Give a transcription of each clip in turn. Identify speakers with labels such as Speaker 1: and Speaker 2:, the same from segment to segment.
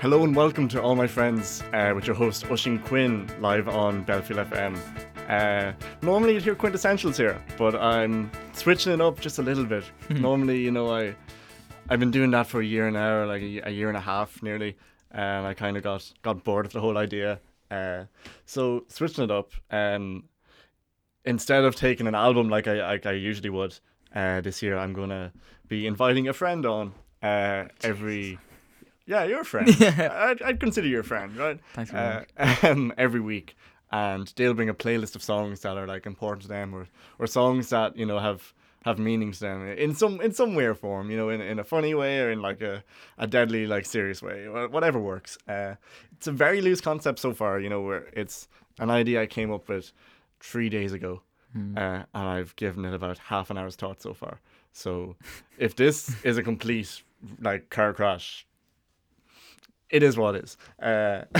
Speaker 1: Hello and welcome to all my friends uh, with your host Ushin Quinn live on Belfield FM. Uh, normally you'd hear quintessentials here, but I'm switching it up just a little bit. normally, you know, I I've been doing that for a year now, like a, y- a year and a half nearly, and I kind of got got bored of the whole idea. Uh, so switching it up, um, instead of taking an album like I like I usually would uh, this year, I'm gonna be inviting a friend on uh, every. Yeah, you're a friend. I'd, I'd consider you a friend, right?
Speaker 2: Thanks very
Speaker 1: Uh, um, every week, and they'll bring a playlist of songs that are like important to them, or or songs that you know have have meaning to them in some in some way or form. You know, in, in a funny way or in like a, a deadly like serious way, wha- whatever works. Uh, it's a very loose concept so far. You know, where it's an idea I came up with three days ago,
Speaker 2: Hmm.
Speaker 1: uh, and I've given it about half an hour's thought so far. So, if this is a complete like car crash, it is what it is. Uh,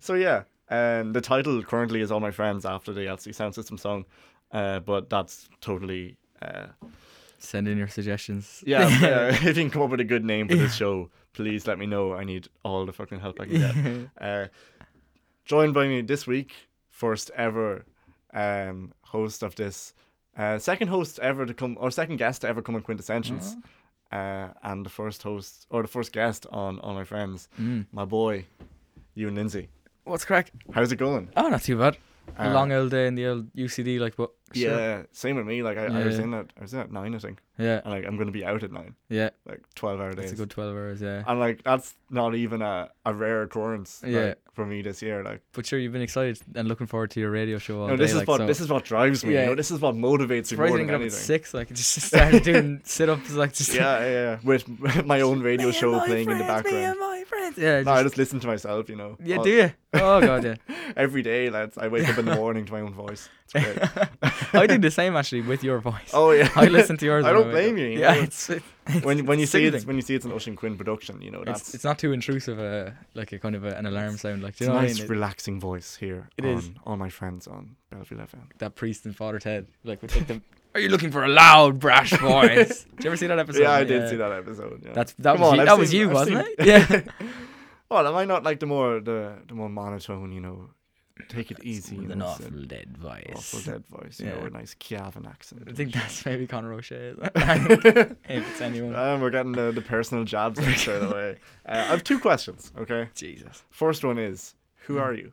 Speaker 1: so yeah, um, the title currently is "All My Friends" after the LC Sound System song, uh, but that's totally uh,
Speaker 2: Send in your suggestions.
Speaker 1: yeah. uh, if you can come up with a good name for this show, please let me know. I need all the fucking help I can get. uh, joined by me this week, first ever um, host of this, uh, second host ever to come, or second guest to ever come on Quintessentials. Uh, and the first host or the first guest on All My Friends,
Speaker 2: Mm.
Speaker 1: my boy, you and Lindsay.
Speaker 2: What's crack?
Speaker 1: How's it going?
Speaker 2: Oh, not too bad.
Speaker 1: Uh,
Speaker 2: a long old day in the old UCD, like, but sure.
Speaker 1: Yeah, same with me. Like I, I was
Speaker 2: Yeah.
Speaker 1: in at I was in at nine, I think,
Speaker 2: yeah,
Speaker 1: and like I'm gonna be out at nine,
Speaker 2: yeah.
Speaker 1: like twelve hour
Speaker 2: It's
Speaker 1: days.
Speaker 2: a good twelve hours, yeah.
Speaker 1: and like that's not even a, a rare occurrence. like,
Speaker 2: Yeah.
Speaker 1: for me this year, like
Speaker 2: But sure, you've been excited and looking forward to your radio show all
Speaker 1: no,
Speaker 2: day.
Speaker 1: this is
Speaker 2: like,
Speaker 1: what
Speaker 2: so.
Speaker 1: this is what drives me. You
Speaker 2: Yeah.
Speaker 1: know, this is what motivates me
Speaker 2: Surprised
Speaker 1: more than
Speaker 2: you didn't get up at
Speaker 1: anything.
Speaker 2: six, like just started doing sit ups, like just
Speaker 1: Yeah, yeah, yeah. With my own radio
Speaker 2: Me and
Speaker 1: show
Speaker 2: my
Speaker 1: playing in the
Speaker 2: friends, Me
Speaker 1: background.
Speaker 2: and my friends. Yeah,
Speaker 1: No, I
Speaker 2: just,
Speaker 1: just listen to myself. You know.
Speaker 2: yeah.
Speaker 1: all-
Speaker 2: Do you? Oh god, yeah.
Speaker 1: Every day, lads. I wake up in the morning to my own voice. It's great.
Speaker 2: I do the same actually with your voice.
Speaker 1: Oh yeah.
Speaker 2: I listen to yours.
Speaker 1: I
Speaker 2: when
Speaker 1: don't
Speaker 2: wake
Speaker 1: blame
Speaker 2: up.
Speaker 1: you, you
Speaker 2: yeah,
Speaker 1: know.
Speaker 2: it's, it- it's
Speaker 1: when when you see
Speaker 2: soothing.
Speaker 1: it when you see it's an Ocean Quinn production, you know that's
Speaker 2: it's, it's not too intrusive, uh, like a kind of a, an alarm sound. Like, do you
Speaker 1: It's
Speaker 2: know
Speaker 1: a
Speaker 2: what I
Speaker 1: nice,
Speaker 2: mean? It-
Speaker 1: relaxing voice here.
Speaker 2: It
Speaker 1: on
Speaker 2: is.
Speaker 1: All my friends on Bellevue FM.
Speaker 2: that priest and Father Ted, like with like the. Are you looking for a loud, brash voice? Did you ever see that episode?
Speaker 1: yeah, I did see that episode. Yeah.
Speaker 2: uh, That's that
Speaker 1: Come
Speaker 2: was
Speaker 1: on,
Speaker 2: you,
Speaker 1: I've
Speaker 2: that was
Speaker 1: seen-
Speaker 2: you,
Speaker 1: I've
Speaker 2: wasn't
Speaker 1: seen-
Speaker 2: it? Yeah.
Speaker 1: Well, am I not like the more the the more monotone? You know, take it easy. you
Speaker 2: With an
Speaker 1: know, it's
Speaker 2: awful dead
Speaker 1: a
Speaker 2: voice.
Speaker 1: awful dead voice. You
Speaker 2: Yeah.
Speaker 1: know, a nice Chiavan accent.
Speaker 2: I think that's maybe Conor O'Shea. if it's anyone.
Speaker 1: Um, we're getting the, the personal jabs out straight away. Uh, I have two questions. Okay,
Speaker 2: Jesus.
Speaker 1: first one is who are you?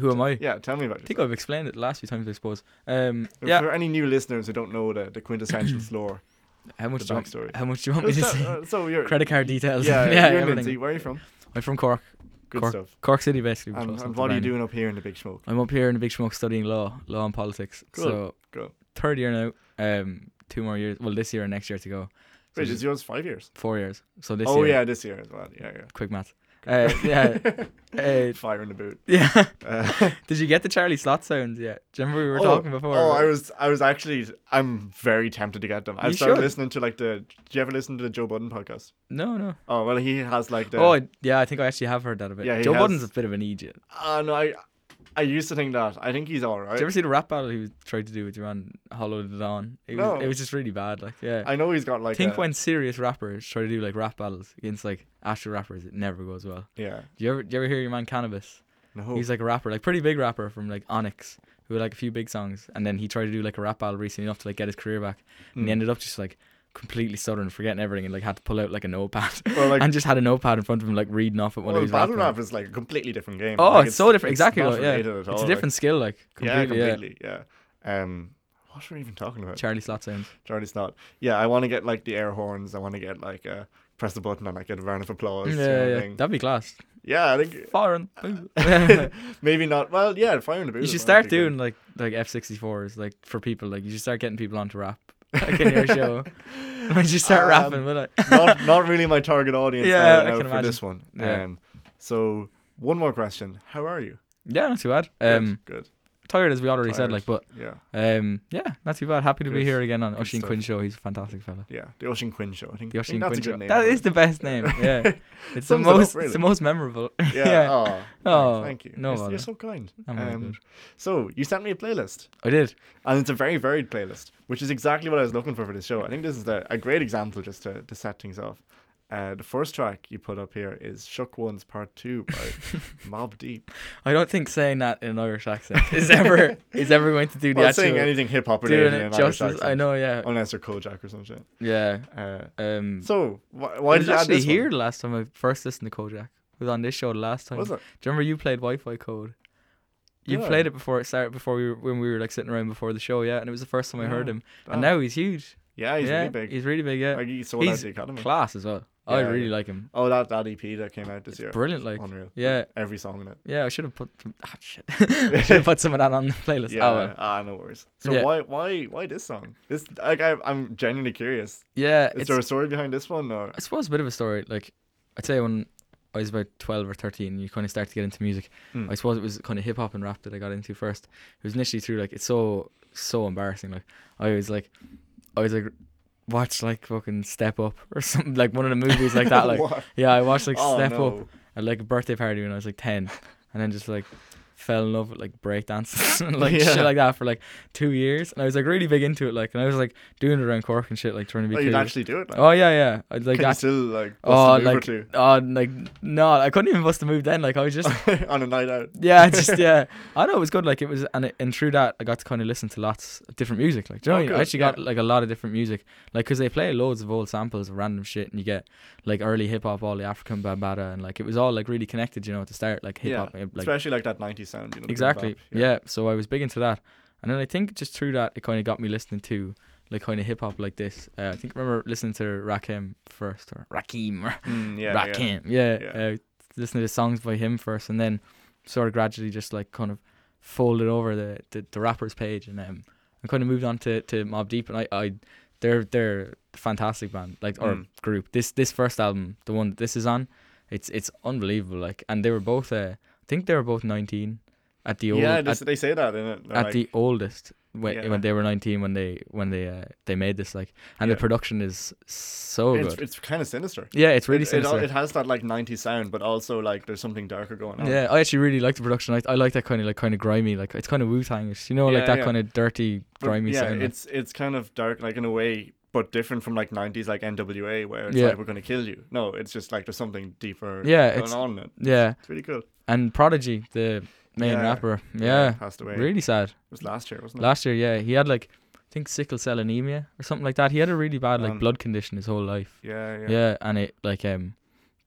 Speaker 2: Who am I? I
Speaker 1: Yeah, tell me about
Speaker 2: Hmm. think
Speaker 1: yourself.
Speaker 2: I've explained it the last few times, I suppose. Um,
Speaker 1: If
Speaker 2: yeah.
Speaker 1: there are any new listeners who don't know the, the quintessential lore,
Speaker 2: How much
Speaker 1: the
Speaker 2: do you want,
Speaker 1: backstory.
Speaker 2: How much do you want me
Speaker 1: Just
Speaker 2: to
Speaker 1: tell-
Speaker 2: say?
Speaker 1: uh, so you're
Speaker 2: Credit card details.
Speaker 1: yeah, you're
Speaker 2: everything.
Speaker 1: Lindsay. Where are you from?
Speaker 2: I'm from Cork.
Speaker 1: Good
Speaker 2: Cork,
Speaker 1: stuff.
Speaker 2: Cork City, basically. which
Speaker 1: And,
Speaker 2: was
Speaker 1: and
Speaker 2: not
Speaker 1: what are you
Speaker 2: bad.
Speaker 1: doing up here in the big smoke?
Speaker 2: I'm up here in the Big Smoke studying law, law and politics.
Speaker 1: Cool.
Speaker 2: So
Speaker 1: Cool.
Speaker 2: third year now. Um, two more years. Well, this year and next year to go. So
Speaker 1: Wait,
Speaker 2: just
Speaker 1: is yours five years?
Speaker 2: four years. So this
Speaker 1: oh
Speaker 2: year.
Speaker 1: yeah, this year as well. Yeah,
Speaker 2: Quick math. Uh, yeah.
Speaker 1: yeah.
Speaker 2: Uh,
Speaker 1: Fire in the boot.
Speaker 2: yeah.
Speaker 1: Uh,
Speaker 2: Did you get the Charlie Slot sounds yet? Do you remember we were
Speaker 1: oh,
Speaker 2: talking before?
Speaker 1: Oh, I was, I was actually, I'm very tempted to get them. I
Speaker 2: You
Speaker 1: started
Speaker 2: should.
Speaker 1: listening to like the. Do you ever listen to the Joe Budden podcast?
Speaker 2: No, no.
Speaker 1: Oh well, he has like the.
Speaker 2: Oh, I- yeah. I think I actually have heard that a bit.
Speaker 1: Yeah, he
Speaker 2: Joe
Speaker 1: has.
Speaker 2: Budden's a bit of an idiot.
Speaker 1: Uh, no, I, I used to think that. I think he's all
Speaker 2: Did
Speaker 1: right.
Speaker 2: you ever see the rap battle he was tried to do with Duran hollowed it on? It
Speaker 1: No.
Speaker 2: was it was just really bad. Like yeah.
Speaker 1: I know he's got like. uh,
Speaker 2: I think
Speaker 1: a-
Speaker 2: when serious rappers try to do like rap battles against like actual rappers, it never goes well.
Speaker 1: Yeah.
Speaker 2: Do you ever do you ever hear your man Cannabis?
Speaker 1: No.
Speaker 2: He's like a rapper, like pretty big rapper from like Onyx, who had like a few big songs, and then he tried to do like a rap battle recently enough to like get his career back,
Speaker 1: Hmm.
Speaker 2: and he ended up just like completely stuttering, forgetting everything, and like had to pull out like a notepad,
Speaker 1: Well, like-
Speaker 2: and just had a notepad in front of him like reading off at one
Speaker 1: well,
Speaker 2: of his
Speaker 1: battle
Speaker 2: rapping.
Speaker 1: rap is like a completely different game.
Speaker 2: Oh,
Speaker 1: Like,
Speaker 2: it's, so different. exactly.
Speaker 1: It's,
Speaker 2: though,
Speaker 1: not
Speaker 2: yeah,
Speaker 1: related at
Speaker 2: it's
Speaker 1: all,
Speaker 2: a
Speaker 1: like-
Speaker 2: different skill. Like
Speaker 1: yeah,
Speaker 2: completely. Yeah,
Speaker 1: completely. Yeah. Um, what were we even talking about?
Speaker 2: Charlie Slot sounds.
Speaker 1: Charlie Snot. Yeah, I want to get like the air horns. I want to get like uh, press the button and like get a round of applause.
Speaker 2: Yeah,
Speaker 1: Yeah, sort of
Speaker 2: yeah,
Speaker 1: thing.
Speaker 2: that'd be class.
Speaker 1: yeah. I think
Speaker 2: Foreign. you
Speaker 1: maybe not. Well, yeah, fire in the boot.
Speaker 2: should
Speaker 1: is
Speaker 2: start
Speaker 1: actually
Speaker 2: doing like like F sixty fours like for people. Like you should start getting people on to rap. Like in your show, when you start
Speaker 1: Um,
Speaker 2: rapping, will I?
Speaker 1: good. not not really my target audience.
Speaker 2: Yeah,
Speaker 1: now,
Speaker 2: I
Speaker 1: now
Speaker 2: can
Speaker 1: for
Speaker 2: imagine.
Speaker 1: this one.
Speaker 2: Yeah.
Speaker 1: Um, so one more question. How are you?
Speaker 2: Yeah, not too bad.
Speaker 1: Good,
Speaker 2: Um,
Speaker 1: good.
Speaker 2: tired as we already said,
Speaker 1: Tired.
Speaker 2: like, but
Speaker 1: Yeah,
Speaker 2: um, yeah, not too bad. Happy to
Speaker 1: Good.
Speaker 2: be here again on
Speaker 1: Good
Speaker 2: Oshin
Speaker 1: stuff.
Speaker 2: Quinn show. He's a fantastic fella.
Speaker 1: yeah. The Ocean Quinn show. I think,
Speaker 2: The
Speaker 1: I think
Speaker 2: Oshin
Speaker 1: that's
Speaker 2: Quinn
Speaker 1: a good
Speaker 2: show.
Speaker 1: name.
Speaker 2: That
Speaker 1: for
Speaker 2: is
Speaker 1: it.
Speaker 2: the best name. Yeah, it's the
Speaker 1: Sums it up,
Speaker 2: most.
Speaker 1: really.
Speaker 2: It's the most memorable.
Speaker 1: Yeah.
Speaker 2: yeah.
Speaker 1: Oh, thanks,
Speaker 2: Oh,
Speaker 1: thank you. You're
Speaker 2: no
Speaker 1: s- you're,
Speaker 2: bother.
Speaker 1: so kind. Um,
Speaker 2: Oh my God.
Speaker 1: so you sent me a playlist.
Speaker 2: I did.
Speaker 1: And it's a very varied playlist, which is exactly what I was looking for for this show. I think this is a, a great example just to, to set things off. Uh, the first track you put up here is Shook Ones Part Two by Mob Deep.
Speaker 2: I don't think saying that in an Irish accent is ever is ever going to do the
Speaker 1: Well,
Speaker 2: actual
Speaker 1: saying anything hip hop
Speaker 2: doing
Speaker 1: related in
Speaker 2: it
Speaker 1: an Irish
Speaker 2: justice. I
Speaker 1: accent,
Speaker 2: know, yeah,
Speaker 1: unless they're Kojak or some shit.
Speaker 2: yeah.
Speaker 1: Uh,
Speaker 2: Um,
Speaker 1: so wh-
Speaker 2: I
Speaker 1: why did
Speaker 2: was
Speaker 1: you add
Speaker 2: actually
Speaker 1: this one?
Speaker 2: here the last time I first listened to Kojak. It was on this show the last time.
Speaker 1: Was it?
Speaker 2: Do you remember you played Wi-Fi Code? You
Speaker 1: Did I?
Speaker 2: played it before it started, before we were, when we were like sitting around before the show, yeah. And it was the first time I heard
Speaker 1: Yeah.
Speaker 2: him,
Speaker 1: Ah.
Speaker 2: and now he's huge.
Speaker 1: Yeah, he's
Speaker 2: yeah,
Speaker 1: really big.
Speaker 2: He's really big, yeah.
Speaker 1: like he sold out
Speaker 2: he's
Speaker 1: the academy.
Speaker 2: Class as well. I
Speaker 1: Yeah,
Speaker 2: really
Speaker 1: yeah.
Speaker 2: like him.
Speaker 1: oh, that that EP that came out this year.
Speaker 2: Brilliant, like
Speaker 1: Unreal.
Speaker 2: yeah,
Speaker 1: Every song in it.
Speaker 2: yeah. I should have put ah, shit. I should have put some of that on the playlist.
Speaker 1: Yeah.
Speaker 2: Oh, well.
Speaker 1: Ah, no worries. So
Speaker 2: Yeah.
Speaker 1: why why why this song? This like I, I'm genuinely curious.
Speaker 2: yeah.
Speaker 1: Is
Speaker 2: It's,
Speaker 1: there a story behind this one? Or
Speaker 2: I suppose a bit of a story. Like I'd say when I was about twelve or thirteen, you kind of start to get into music.
Speaker 1: Hmm.
Speaker 2: I suppose it was kind of hip hop and rap that I got into first. It was initially through like it's so so embarrassing. Like I was like I was like watch like fucking Step Up or something like one of the movies like that. Like
Speaker 1: What?
Speaker 2: yeah, I watched like
Speaker 1: Oh,
Speaker 2: Step Up
Speaker 1: no.
Speaker 2: at like a birthday party when I was like ten, and then just like fell in love with like breakdance and like
Speaker 1: Yeah.
Speaker 2: shit like that for like two years, and I was like really big into it. Like and I was like doing it around Cork and shit, like trying to be.
Speaker 1: Oh,
Speaker 2: cool.
Speaker 1: you'd actually do it. Like,
Speaker 2: Oh yeah, yeah. I like
Speaker 1: Can you
Speaker 2: act-
Speaker 1: still like bust
Speaker 2: Oh,
Speaker 1: a move or
Speaker 2: like,
Speaker 1: two
Speaker 2: oh, like, no, I couldn't even bust a move then. Like, I was just,
Speaker 1: on a night out?
Speaker 2: yeah, just, yeah. I know it was good. Like, it was, and, it, and through that, I got to kind of listen to lots of different music. Like, do you know
Speaker 1: Oh,
Speaker 2: what I mean? I
Speaker 1: good,
Speaker 2: actually got,
Speaker 1: yeah.
Speaker 2: like, a lot of different music. Like, because they play loads of old samples of random shit, and you get, like, early hip hop, all the African Bambata, and, like, it was all, like, really connected, you know, at the start, like, hip
Speaker 1: Yeah,
Speaker 2: hop. eh, Like,
Speaker 1: especially like that '90s sound. You know, the boom
Speaker 2: exactly.
Speaker 1: bap,
Speaker 2: Yeah. So I was big into that, and then I think just through that, it kind of got me listening to like kind of hip hop like this. Uh, I think I remember listening to Rakim first or Rakim or
Speaker 1: Mm, yeah, yeah.
Speaker 2: Rakim. Yeah.
Speaker 1: Yeah.
Speaker 2: Uh, listening to songs by him first, and then sort of gradually just like kind of folded over the the, the rappers page, and um, and kind of moved on to to Mob Deep, and I I they're they're a fantastic band like or
Speaker 1: Mm.
Speaker 2: group. This this first album, the one that this is on, it's it's unbelievable. Like, and they were both uh, I think they were both nineteen at the old
Speaker 1: yeah,
Speaker 2: at,
Speaker 1: this, they say that in it. They're
Speaker 2: at
Speaker 1: like,
Speaker 2: the oldest when,
Speaker 1: Yeah.
Speaker 2: when they were 19 when they when they uh, they made this like and
Speaker 1: Yeah.
Speaker 2: the production is so
Speaker 1: it's,
Speaker 2: good
Speaker 1: it's kind of sinister.
Speaker 2: yeah it's really
Speaker 1: it, it, al-
Speaker 2: sinister
Speaker 1: it has that like '90s sound, but also like there's something darker going on.
Speaker 2: yeah i actually really like the production i, I like that kind of like kind of grimy like it's kind of wu-tangish you know like
Speaker 1: Yeah,
Speaker 2: that
Speaker 1: yeah.
Speaker 2: kind of dirty
Speaker 1: But
Speaker 2: grimy
Speaker 1: yeah,
Speaker 2: sound like-
Speaker 1: it's it's kind of dark, like in a way, but different from like '90s like NWA, where it's
Speaker 2: Yeah.
Speaker 1: like we're gonna kill you. No, it's just like there's something deeper.
Speaker 2: Yeah,
Speaker 1: going
Speaker 2: it's-
Speaker 1: on. In it.
Speaker 2: yeah
Speaker 1: It's really cool.
Speaker 2: and prodigy the main
Speaker 1: Yeah.
Speaker 2: rapper
Speaker 1: he
Speaker 2: yeah,
Speaker 1: passed away.
Speaker 2: really sad
Speaker 1: It was last year, wasn't it?
Speaker 2: last year yeah he had like i think sickle cell anemia or something like that he had a really bad like
Speaker 1: Um,
Speaker 2: blood condition his whole life
Speaker 1: yeah, yeah,
Speaker 2: yeah. and it like um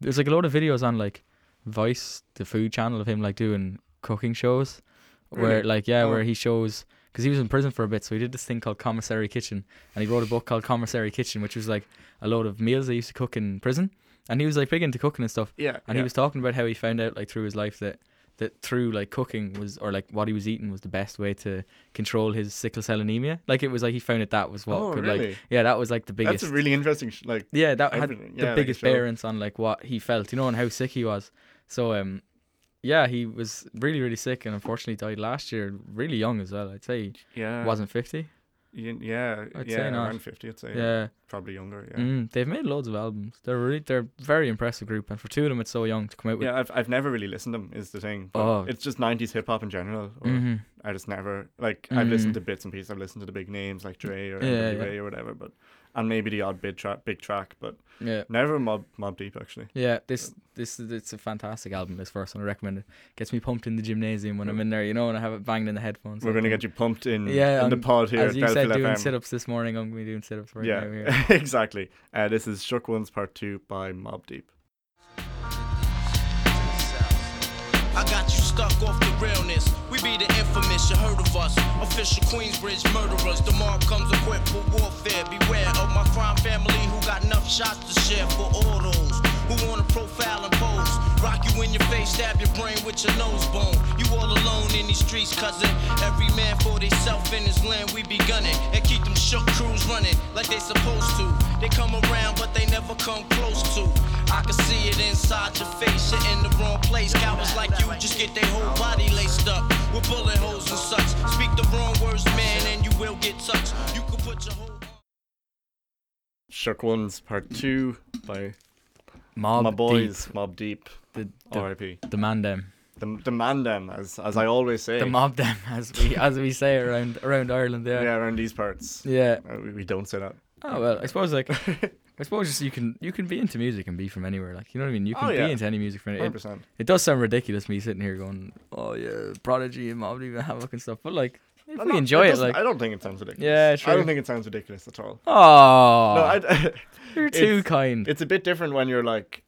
Speaker 2: there's like a lot of videos on like vice the food channel of him like doing cooking shows where
Speaker 1: Really?
Speaker 2: like yeah
Speaker 1: Oh.
Speaker 2: where he shows because he was in prison for a bit so he did this thing called commissary kitchen and he wrote a book called commissary kitchen which was like a load of meals they used to cook in prison and he was like big into cooking and stuff
Speaker 1: yeah. yeah.
Speaker 2: and he was talking about how he found out like through his life that that through like cooking was or like what he was eating was the best way to control his sickle cell anemia like it was like he found out that was what
Speaker 1: Oh,
Speaker 2: could
Speaker 1: really?
Speaker 2: like yeah that was like the biggest
Speaker 1: That's a really interesting, sh- like
Speaker 2: yeah, that had
Speaker 1: everything.
Speaker 2: the
Speaker 1: Yeah, like a
Speaker 2: biggest
Speaker 1: show.
Speaker 2: bearings on like what he felt, you know, and how sick he was. So um, yeah, he was really really sick and unfortunately died last year, really young as well. I'd say he
Speaker 1: yeah,
Speaker 2: wasn't fifty.
Speaker 1: y- yeah,
Speaker 2: I'd
Speaker 1: yeah,
Speaker 2: say not.
Speaker 1: around fifty, I'd say,
Speaker 2: Yeah,
Speaker 1: probably younger. Yeah,
Speaker 2: Mm, they've made loads of albums. They're really they're a very impressive group, and for two of them, it's so young to come out with.
Speaker 1: yeah. I've I've never really listened to them. Is the thing. But
Speaker 2: Oh.
Speaker 1: it's just '90s hip hop in general. Or
Speaker 2: Mhm.
Speaker 1: I just never like. I've listened
Speaker 2: Mm.
Speaker 1: to bits and pieces. I've listened to the big names like Dre or
Speaker 2: Yeah, yeah.
Speaker 1: NWA or whatever, but and maybe the odd big track, big track, but
Speaker 2: Yeah.
Speaker 1: never Mob Mob Deep actually.
Speaker 2: Yeah, this this is it's a fantastic album. This first one I recommend it. Gets me pumped in the gymnasium when I'm in there, you know, and I have it banged in the headphones.
Speaker 1: We're gonna get you pumped in
Speaker 2: Yeah,
Speaker 1: in the
Speaker 2: and
Speaker 1: pod here.
Speaker 2: As
Speaker 1: at
Speaker 2: you said,
Speaker 1: Belfield
Speaker 2: doing
Speaker 1: FM.
Speaker 2: sit-ups this morning. I'm gonna be doing sit-ups right now here.
Speaker 1: yeah, exactly. Uh, this is Shook Ones Part Two by Mob Deep.
Speaker 3: I got you stuck off the realness. We be the infamous, you heard of us. Official Queensbridge murderers. Tomorrow comes equipped with warfare. Beware of my crime family who got enough shots to share for all those who wanna profile and pose. Rock you in your face, stab your brain with your nose bone. You all alone in these streets, cousin. Every man for theyself in his land, we be gunning. And keep them shook crews running like they supposed to. They come around, but they never come close to. I can see it inside your face. You're in the wrong place. Cowards like you just get their whole body laced up with bullet holes and such. Speak the wrong words, man, and you will get touched. You can put your whole.
Speaker 1: Shook Ones Part Two by
Speaker 2: Mob
Speaker 1: my
Speaker 2: Deep,
Speaker 1: boys Mob Deep.
Speaker 2: the, the,
Speaker 1: R.I.P.
Speaker 2: the man them.
Speaker 1: The, the man them, as as I always say.
Speaker 2: the mob them as we as we say around around Ireland. Yeah.
Speaker 1: yeah, around these parts.
Speaker 2: Yeah.
Speaker 1: Uh, we, we don't say that.
Speaker 2: Oh well, I suppose like I suppose just you can you can be into music and be from anywhere. Like you know what I mean. You
Speaker 1: Oh,
Speaker 2: can
Speaker 1: yeah.
Speaker 2: be into any music from any.
Speaker 1: 100%.
Speaker 2: It, it does sound ridiculous me sitting here going, oh yeah, Prodigy and Mob Deep and Havoc and stuff. But like, if
Speaker 1: I'm
Speaker 2: we
Speaker 1: not-
Speaker 2: enjoy
Speaker 1: it
Speaker 2: it,
Speaker 1: doesn't-
Speaker 2: like,
Speaker 1: I don't think it sounds ridiculous.
Speaker 2: Yeah,
Speaker 1: I
Speaker 2: true.
Speaker 1: don't think it sounds ridiculous at all.
Speaker 2: oh,
Speaker 1: No, I,
Speaker 2: you're too
Speaker 1: it's-
Speaker 2: kind.
Speaker 1: it's a bit different when you're like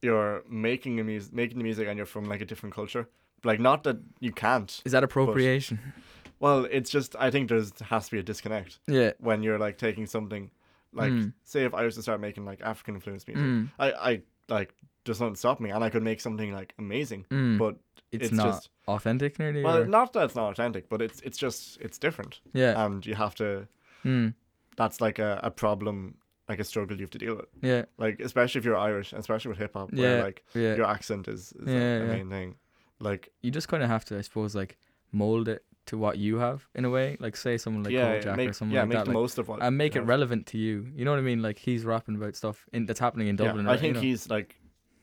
Speaker 1: you're making a music making the music and you're from like a different culture like not that you can't
Speaker 2: Is that appropriation?
Speaker 1: well it's just i think there's has to be a disconnect
Speaker 2: yeah.
Speaker 1: when you're like taking something like
Speaker 2: Mm.
Speaker 1: say if i was to start making like african influence music
Speaker 2: Mm.
Speaker 1: i i like does not stop me and i could make something like amazing
Speaker 2: Mm.
Speaker 1: but
Speaker 2: it's,
Speaker 1: it's,
Speaker 2: not
Speaker 1: just
Speaker 2: authentic nearly.
Speaker 1: well
Speaker 2: or-
Speaker 1: not that it's not authentic but it's it's just it's different
Speaker 2: yeah.
Speaker 1: and you have to
Speaker 2: mm,
Speaker 1: that's like a, a problem like a struggle you have to deal with
Speaker 2: yeah.
Speaker 1: like especially if you're irish especially with hip-hop
Speaker 2: Yeah.
Speaker 1: where like
Speaker 2: Yeah.
Speaker 1: your accent is, is the-
Speaker 2: Yeah,
Speaker 1: the
Speaker 2: yeah.
Speaker 1: main thing. Like,
Speaker 2: you just kind of have to, I suppose, like mold it to what you have in a way. Like say someone like
Speaker 1: yeah,
Speaker 2: Kojak
Speaker 1: make,
Speaker 2: or someone
Speaker 1: yeah,
Speaker 2: like
Speaker 1: make
Speaker 2: that,
Speaker 1: the
Speaker 2: like,
Speaker 1: most of what
Speaker 2: and make
Speaker 1: you
Speaker 2: it
Speaker 1: have.
Speaker 2: relevant to you. You know what I mean? Like he's rapping about stuff in, that's happening in
Speaker 1: Yeah,
Speaker 2: Dublin.
Speaker 1: I
Speaker 2: right?
Speaker 1: think
Speaker 2: you know?
Speaker 1: he's like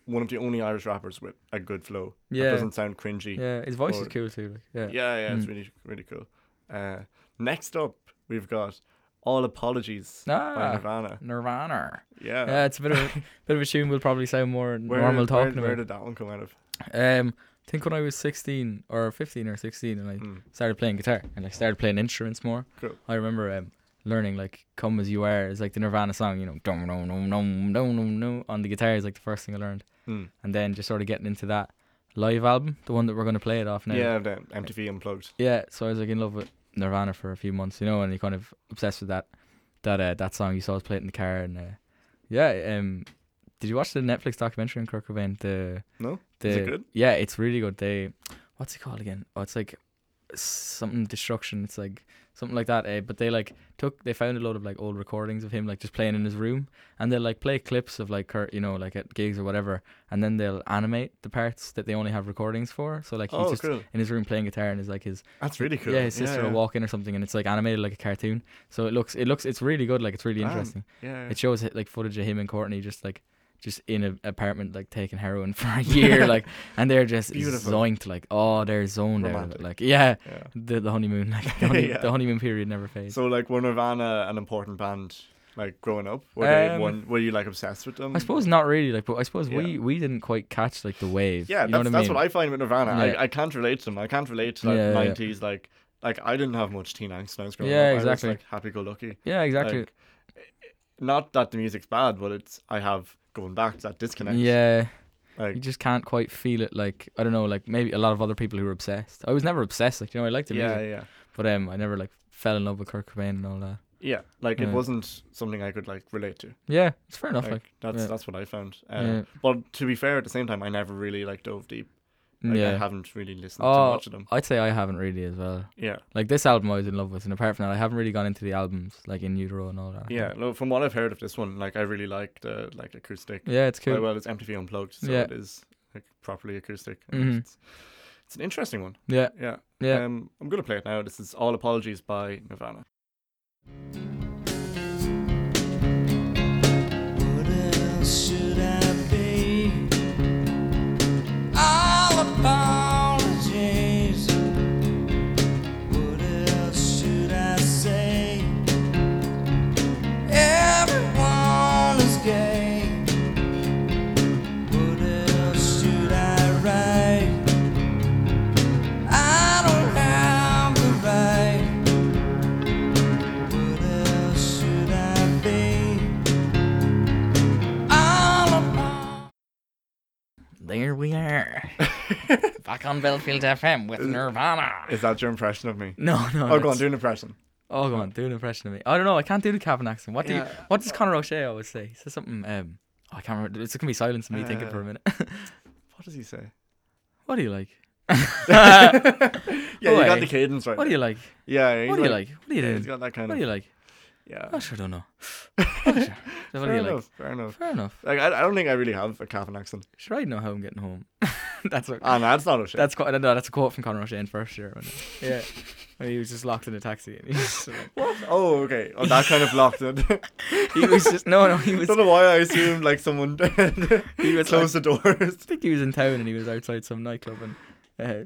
Speaker 1: one of the only Irish rappers with a good flow.
Speaker 2: Yeah.
Speaker 1: that doesn't sound cringy. Yeah,
Speaker 2: Yeah, his voice is
Speaker 1: or-
Speaker 2: cool too. Like, yeah.
Speaker 1: yeah, it's
Speaker 2: Mm.
Speaker 1: really really cool. Uh, next up, we've got "All Apologies" by
Speaker 2: Ah.
Speaker 1: Nirvana.
Speaker 2: Nirvana.
Speaker 1: Yeah,
Speaker 2: Yeah, it's a bit of a bit of a tune. We'll probably sound more
Speaker 1: where,
Speaker 2: normal
Speaker 1: where-
Speaker 2: talking
Speaker 1: where,
Speaker 2: about.
Speaker 1: did that one come out of?
Speaker 2: Um, I think when I was sixteen or fifteen or sixteen, and I
Speaker 1: Mm.
Speaker 2: started playing guitar and I started playing instruments more.
Speaker 1: Cool.
Speaker 2: I remember um, learning like "Come as You Are" is like the Nirvana song, you know, dum dum dum dum dum dum dum on the guitar is like the first thing I learned,
Speaker 1: Mm.
Speaker 2: and then just sort of getting into that live album, the one that we're gonna play it off now.
Speaker 1: Yeah, the MTV Unplugged.
Speaker 2: Yeah, so I was like in love with Nirvana for a few months, you know, and you kind of obsessed with that that uh, that song. You saw us play it in the car, and uh, yeah, um, did you watch the Netflix documentary on Kurt Cobain? The
Speaker 1: No?
Speaker 2: the
Speaker 1: Is it good?
Speaker 2: yeah, it's really good. They what's it called again? Oh, it's like something destruction. It's like something like that. Uh, but they like took they found a load of like old recordings of him like just playing in his room, and they'll like play clips of like Kurt, you know, like at gigs or whatever, and then they'll animate the parts that they only have recordings for. So like he's
Speaker 1: Oh,
Speaker 2: just
Speaker 1: cool.
Speaker 2: in his room playing guitar, and is like his
Speaker 1: That's really cool.
Speaker 2: yeah, his sister
Speaker 1: yeah.
Speaker 2: will walk in or something, and it's like animated like a cartoon. So it looks, it looks, it's really good. Like it's really
Speaker 1: Damn.
Speaker 2: interesting.
Speaker 1: Yeah, yeah.
Speaker 2: It shows like footage of him and Courtney just like, just in an apartment like taking heroin for a year, like, and they're just
Speaker 1: Beautiful.
Speaker 2: zoinked, like, oh, they're zoned
Speaker 1: Romantic.
Speaker 2: out, like, yeah,
Speaker 1: yeah.
Speaker 2: the the honeymoon, like, the, honey,
Speaker 1: Yeah.
Speaker 2: the honeymoon period never fades.
Speaker 1: So like were Nirvana an important band like growing up? Were they
Speaker 2: Um,
Speaker 1: one were you like obsessed with them?
Speaker 2: I suppose not really, like, but I suppose
Speaker 1: Yeah.
Speaker 2: we we didn't quite catch like the wave.
Speaker 1: Yeah, that's
Speaker 2: you know what I mean?
Speaker 1: that's what I find with Nirvana.
Speaker 2: Yeah.
Speaker 1: I, I can't relate to them. I can't relate to
Speaker 2: Yeah, yeah.
Speaker 1: like nineties like like I didn't have much teen angst when I was growing
Speaker 2: Yeah,
Speaker 1: up.
Speaker 2: exactly.
Speaker 1: I was like happy go lucky.
Speaker 2: yeah, exactly.
Speaker 1: Like, not that the music's bad, but it's I have going back to that disconnect.
Speaker 2: yeah. you
Speaker 1: Like
Speaker 2: just can't quite feel it like I don't know like maybe a lot of other people who are obsessed. I was never obsessed like you know I liked the
Speaker 1: yeah,
Speaker 2: music
Speaker 1: yeah.
Speaker 2: but um I never like fell in love with Kurt Cobain and all that.
Speaker 1: Yeah. Like
Speaker 2: Yeah.
Speaker 1: it wasn't something I could like relate to.
Speaker 2: Yeah, it's fair enough.
Speaker 1: Like,
Speaker 2: Like,
Speaker 1: that's
Speaker 2: yeah.
Speaker 1: that's what I found. Uh,
Speaker 2: Yeah.
Speaker 1: But to be fair, at the same time, I never really like dove deep. Like, I
Speaker 2: yeah,
Speaker 1: haven't really listened
Speaker 2: Oh,
Speaker 1: to much of them.
Speaker 2: I'd say I haven't really as well.
Speaker 1: Yeah.
Speaker 2: Like this album I was in love with, and apart from that, I haven't really gone into the albums like in utero and all that.
Speaker 1: Yeah, no, from what I've heard of this one, like I really like the like acoustic.
Speaker 2: yeah, it's
Speaker 1: Well,
Speaker 2: cool.
Speaker 1: well, it's MTV unplugged, so
Speaker 2: Yeah.
Speaker 1: it is like properly acoustic. and
Speaker 2: Mhm.
Speaker 1: It's, it's an interesting one.
Speaker 2: Yeah,
Speaker 1: Yeah.
Speaker 2: yeah.
Speaker 1: Um, I'm gonna play it now. This is All Apologies by Nirvana.
Speaker 3: What else should I be? All apologies. What else should I say? Everyone is gay. What else should I write? I don't have the right. What else should I be?
Speaker 2: there we are, back on Belfield FM with Nirvana.
Speaker 1: Is that your impression of me?
Speaker 2: No, no.
Speaker 1: Uh, Oh, go on,
Speaker 2: that's-
Speaker 1: do an impression.
Speaker 2: Oh, go on, do an impression of me. I don't know. I can't do the Cavan accent. What do you?
Speaker 1: Yeah.
Speaker 2: What does Conor O'Shea always say? He says something. Um, oh, I can't remember. It's gonna be silence and me thinking
Speaker 1: Uh.
Speaker 2: for a minute.
Speaker 1: What does he say?
Speaker 2: what do you like?
Speaker 1: yeah,
Speaker 2: what
Speaker 1: you got
Speaker 2: Boy.
Speaker 1: the cadence right.
Speaker 2: do you like?
Speaker 1: yeah, yeah, he's
Speaker 2: What do you like? What do you
Speaker 1: yeah, he's
Speaker 2: doing?
Speaker 1: got that kind
Speaker 2: What do
Speaker 1: of.
Speaker 2: you like?
Speaker 1: Yeah.
Speaker 2: I sure don't know. Oh, sure. What do
Speaker 1: fair
Speaker 2: you
Speaker 1: enough.
Speaker 2: like?
Speaker 1: Fair enough.
Speaker 2: Fair enough.
Speaker 1: Like I, I don't think I really have a Cavan accent.
Speaker 2: Sure, I know how I'm getting home. that's what.
Speaker 1: Ah, no, that's not a shit.
Speaker 2: that's quite. No, that's a quote from Conor O'Shea in first year. wasn't it? Yeah, When he was just locked in a taxi. And he was just like,
Speaker 1: oh, okay. Oh, that kind of locked in.
Speaker 2: He was just no, no. He was.
Speaker 1: don't know why I assumed like someone
Speaker 2: He was
Speaker 1: closed the doors.
Speaker 2: I think he was in town and he was outside some nightclub and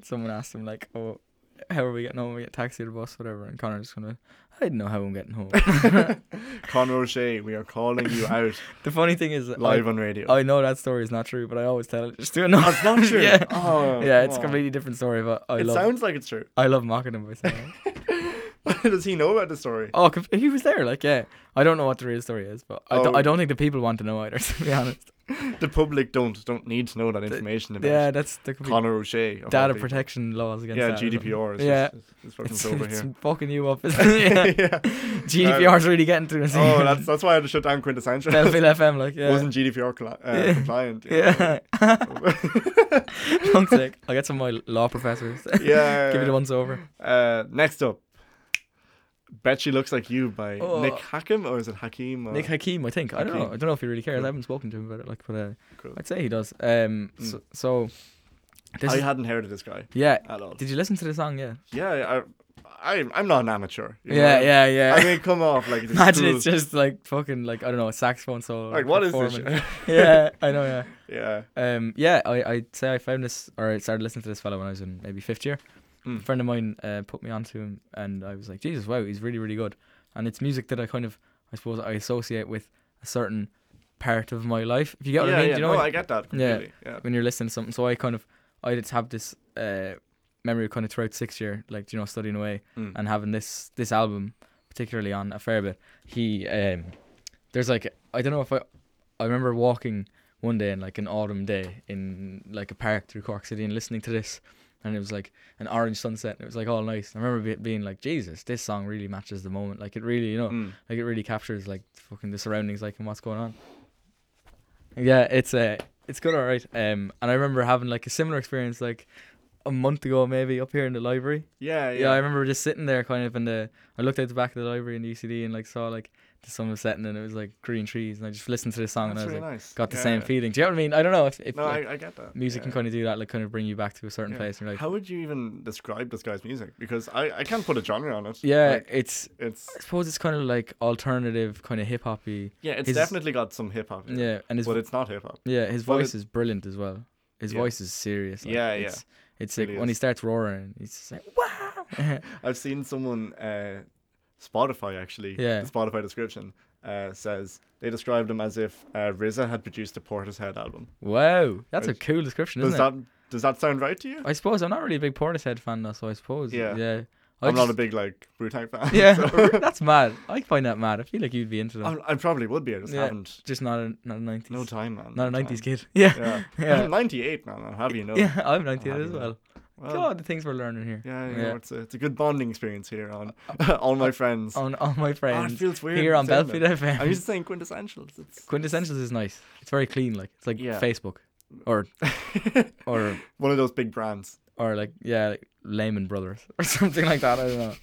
Speaker 2: uh, someone asked him like, "Oh, how are we getting home? We get taxi or the bus, whatever. And Connor's just gonna, I didn't know how I'm getting home.
Speaker 1: Conor O'Shea, we are calling you out
Speaker 2: the funny thing is,
Speaker 1: live
Speaker 2: I,
Speaker 1: on radio.
Speaker 2: I know that story is not true, but I always tell it just to annoy.
Speaker 1: Oh, it's not true.
Speaker 2: yeah,
Speaker 1: Oh,
Speaker 2: yeah, it's a
Speaker 1: oh.
Speaker 2: completely different story, but I
Speaker 1: It
Speaker 2: love,
Speaker 1: sounds like it's true.
Speaker 2: I love mocking him by saying. it.
Speaker 1: Does he know about the story?
Speaker 2: Oh, conf- he was there. Like, yeah. I don't know what the real story is, but I, don't,
Speaker 1: Oh.
Speaker 2: I don't think the people want to know either. To be honest.
Speaker 1: The public don't don't need to know that information about
Speaker 2: yeah, that's the complete
Speaker 1: Conor O'Shea. of all
Speaker 2: data
Speaker 1: people.
Speaker 2: protection laws against.
Speaker 1: Yeah,
Speaker 2: that, isn't it?
Speaker 1: GDPR. Is
Speaker 2: Yeah.
Speaker 1: yeah, it's, it's fucking
Speaker 2: It's,
Speaker 1: over
Speaker 2: it's
Speaker 1: here.
Speaker 2: fucking you up, isn't it? Yeah. GDPR's really getting to us.
Speaker 1: oh, that's that's why I had to shut down Quintessential.
Speaker 2: Belleville FM, like yeah.
Speaker 1: Wasn't GDPR cli- uh,
Speaker 2: Yeah.
Speaker 1: compliant. you know.
Speaker 2: yeah. Long sick. I'll get some of my law professors.
Speaker 1: yeah.
Speaker 2: Give me the once over.
Speaker 1: Uh, next up, Bet She Looks Like You by
Speaker 2: Oh.
Speaker 1: Nick Hakim, or is it Hakim? Or?
Speaker 2: Nick Hakim, I think. I don't know.
Speaker 1: Hakim.
Speaker 2: I don't know if he really cares.
Speaker 1: Cool.
Speaker 2: I haven't spoken to him about it, like, but uh,
Speaker 1: Cool.
Speaker 2: I'd say he does. Um,
Speaker 1: Mm.
Speaker 2: so, so this
Speaker 1: I
Speaker 2: is,
Speaker 1: hadn't heard of this guy
Speaker 2: yeah.
Speaker 1: at all.
Speaker 2: Did you listen to the song? Yeah.
Speaker 1: yeah, I, I, I'm not an amateur. you know?
Speaker 2: Yeah, yeah, yeah.
Speaker 1: I mean, come off like this.
Speaker 2: Imagine
Speaker 1: cool-
Speaker 2: it's just like fucking like I don't know a saxophone solo.
Speaker 1: like what is this?
Speaker 2: performance.
Speaker 1: shit?
Speaker 2: yeah, I know. Yeah.
Speaker 1: yeah.
Speaker 2: Um. Yeah. I I would say I found this or I started listening to this fellow when I was in maybe fifth year.
Speaker 1: Mm.
Speaker 2: A friend of mine uh, put me onto him, and I was like, Jesus, wow, he's really really good. And it's music that I kind of I suppose I associate with a certain part of my life. If you get what
Speaker 1: yeah,
Speaker 2: I mean,
Speaker 1: yeah.
Speaker 2: Do you know.
Speaker 1: no,
Speaker 2: what-
Speaker 1: I get that
Speaker 2: Yeah.
Speaker 1: completely. Yeah.
Speaker 2: when you're listening to something. So I kind of I just have this uh, memory kind of throughout sixth year, like you know, studying away
Speaker 1: Mm.
Speaker 2: and having this this album particularly on a fair bit. He um, there's like I don't know if I I remember walking one day in like an autumn day in like a park through Cork City and listening to this. And it was like an orange sunset, and it was like all nice. And I remember be- being like, "Jesus, this song really matches the moment. Like it really, you know,
Speaker 1: Mm.
Speaker 2: like it really captures like fucking the surroundings like and what's going on yeah it's uh it's good all right um and i remember having like a similar experience like a month ago maybe up here in the library
Speaker 1: Yeah,
Speaker 2: yeah,
Speaker 1: yeah.
Speaker 2: i remember just sitting there kind of in the i looked out the back of the library in the ucd and like saw like the sun was setting and it was like green trees and i just listened to this song
Speaker 1: That's
Speaker 2: and i was
Speaker 1: really
Speaker 2: like
Speaker 1: nice.
Speaker 2: got the
Speaker 1: Yeah.
Speaker 2: same feeling do you know what i mean i don't know if, if
Speaker 1: No,
Speaker 2: like,
Speaker 1: I, I get that.
Speaker 2: music
Speaker 1: yeah.
Speaker 2: can kind of do that like kind of bring you back to a certain
Speaker 1: Yeah.
Speaker 2: place and you're like
Speaker 1: How would you even describe this guy's music? Because I, I can't put a genre on it.
Speaker 2: yeah
Speaker 1: Like,
Speaker 2: it's
Speaker 1: it's
Speaker 2: i suppose it's kind of like alternative kind of hip-hoppy
Speaker 1: yeah, it's
Speaker 2: his-
Speaker 1: definitely got some hip hop. in it,
Speaker 2: yeah and his
Speaker 1: but it's not hip hop.
Speaker 2: Yeah, his
Speaker 1: Well,
Speaker 2: voice is brilliant as well. His
Speaker 1: Yeah.
Speaker 2: voice is serious. Like,
Speaker 1: Yeah, yeah.
Speaker 2: It's, it's
Speaker 1: Really
Speaker 2: like when he
Speaker 1: is.
Speaker 2: starts roaring, he's just like, wow.
Speaker 1: I've seen someone uh, Spotify actually.
Speaker 2: Yeah.
Speaker 1: The Spotify description uh, says they described him as if uh, RZA had produced a Portishead album.
Speaker 2: wow. That's a
Speaker 1: Right.
Speaker 2: cool description,
Speaker 1: Does
Speaker 2: isn't
Speaker 1: that does that sound right to you?
Speaker 2: it? I suppose I'm not really a big Portishead fan, though, so I suppose.
Speaker 1: Yeah.
Speaker 2: Yeah. I
Speaker 1: I'm not a
Speaker 2: just-
Speaker 1: big like Wu Tang fan. so-
Speaker 2: Yeah, that's mad. I find that mad. I feel like you'd be into that.
Speaker 1: I'm- I probably would be. I just
Speaker 2: Yeah.
Speaker 1: haven't.
Speaker 2: just not a not a nineties.
Speaker 1: No time, man.
Speaker 2: not a
Speaker 1: no
Speaker 2: nineties
Speaker 1: time.
Speaker 2: kid. Yeah.
Speaker 1: Yeah.
Speaker 2: Yeah.
Speaker 1: I'm 98, man. I'll have you know.
Speaker 2: Yeah, I'm 98
Speaker 1: happy
Speaker 2: as
Speaker 1: with
Speaker 2: well.
Speaker 1: Well,
Speaker 2: God, the things we're learning here.
Speaker 1: Yeah, you
Speaker 2: Yeah. Uh,
Speaker 1: Know, it's a it's a good bonding experience here on all my friends.
Speaker 2: On all
Speaker 1: Ah,
Speaker 2: my
Speaker 1: it
Speaker 2: friends
Speaker 1: feels weird.
Speaker 2: here on
Speaker 1: saying
Speaker 2: Belfast
Speaker 1: that.
Speaker 2: FM.
Speaker 1: I'm used to saying quintessentials. It's
Speaker 2: Quintessentials is nice. It's very clean, like it's like
Speaker 1: Yeah.
Speaker 2: Facebook or or
Speaker 1: one of those big brands.
Speaker 2: or like yeah, like Lehman Brothers or something like that. I don't know.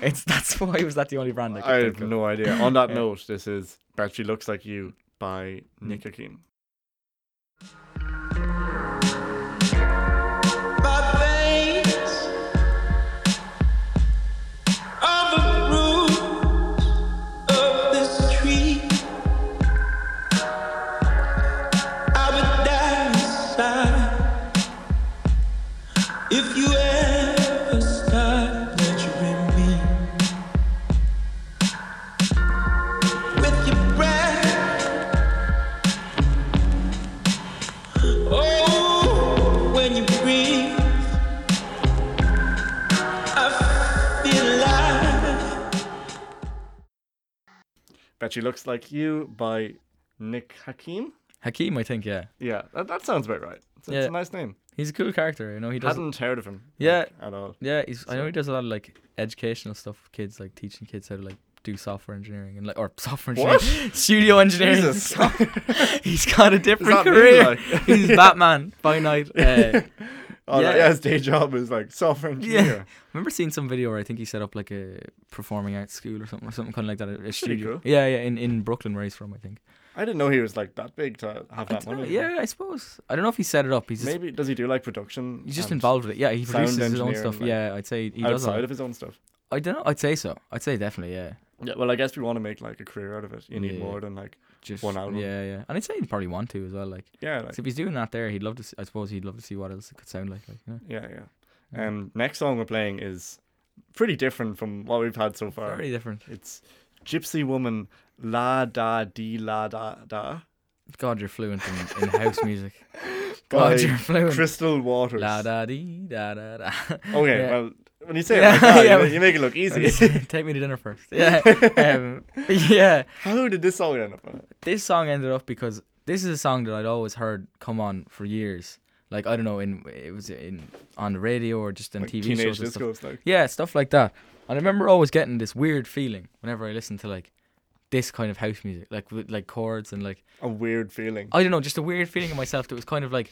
Speaker 2: It's that's why was that the only brand I could
Speaker 1: I
Speaker 2: think
Speaker 1: have
Speaker 2: of.
Speaker 1: no idea. On that
Speaker 2: Yeah.
Speaker 1: note, this is Bet She Looks Like You by Nick Hakim.
Speaker 3: My veins are the root of this tree. I would die inside if you ever stop measuring me with your breath. Oh, when you breathe, I feel alive.
Speaker 1: Bet She Looks Like You by Nick Hakim.
Speaker 2: Hakim, I think. Yeah,
Speaker 1: Yeah, that, that sounds about right. It's, it's
Speaker 2: Yeah.
Speaker 1: a nice name.
Speaker 2: he's a cool character. You know, he doesn't.
Speaker 1: Hadn't heard of him.
Speaker 2: Yeah.
Speaker 1: like, at all.
Speaker 2: Yeah, he's. I know he does a lot of like educational stuff with kids, like teaching kids how to like do software engineering and like or software engineering,
Speaker 1: What?
Speaker 2: studio engineering. and
Speaker 1: Jesus.
Speaker 2: stuff. he's got a different
Speaker 1: that mean,
Speaker 2: career.
Speaker 1: like?
Speaker 2: he's Batman by night. Uh,
Speaker 1: Oh, yeah.
Speaker 2: Yeah.
Speaker 1: yeah, his day job is like software engineer.
Speaker 2: Yeah. I remember seeing some video where I think he set up like a performing arts school or something or something kind of like that. A, a
Speaker 1: pretty
Speaker 2: studio.
Speaker 1: cool.
Speaker 2: Yeah, yeah, in, in Brooklyn where he's from, I think.
Speaker 1: I didn't know he was like that big to have that
Speaker 2: Dunno,
Speaker 1: money.
Speaker 2: yeah, I suppose. I don't know if he set it up. He's just,
Speaker 1: Maybe does he do like production?
Speaker 2: he's just
Speaker 1: and
Speaker 2: involved with it. Yeah, he
Speaker 1: sound
Speaker 2: produces his own
Speaker 1: engineer
Speaker 2: stuff.
Speaker 1: and, like,
Speaker 2: yeah, I'd say he does. all-
Speaker 1: outside of his own stuff.
Speaker 2: I don't know. I'd say so. I'd say definitely. Yeah.
Speaker 1: Yeah, well, I guess we want to make like a career out of it. You need
Speaker 2: Yeah.
Speaker 1: more than like
Speaker 2: Just
Speaker 1: One album.
Speaker 2: Yeah, yeah. And I'd say he'd probably want to as well. Like,
Speaker 1: yeah, like,
Speaker 2: 'cause if he's doing that there, he'd love to. See, I suppose he'd love to see what else it could sound like. like you know?
Speaker 1: yeah, yeah. Um, next song we're playing is pretty different from what we've had so far.
Speaker 2: Very different.
Speaker 1: It's Gypsy Woman La Da Di La Da Da.
Speaker 2: God, you're fluent in, in house music. God,
Speaker 1: by
Speaker 2: you're fluent.
Speaker 1: Crystal Waters.
Speaker 2: La da dee da da da.
Speaker 1: Okay,
Speaker 2: Yeah.
Speaker 1: well, when you say
Speaker 2: Yeah,
Speaker 1: it like that,
Speaker 2: yeah.
Speaker 1: you, ma- you make it look easy.
Speaker 2: Take me to dinner first. Yeah. Um, yeah.
Speaker 1: How did this song end up on it?
Speaker 2: This song ended up because this is a song that I'd always heard come on for years. Like I don't know, in it was in on the radio or just on
Speaker 1: Like
Speaker 2: TV
Speaker 1: Teenage
Speaker 2: shows and stuff.
Speaker 1: Disco stuff.
Speaker 2: Yeah, stuff like that. And I remember always getting this weird feeling whenever I listened to like this kind of house music, like with like chords and like
Speaker 1: A weird feeling.
Speaker 2: I don't know, just a weird feeling in myself that was kind of like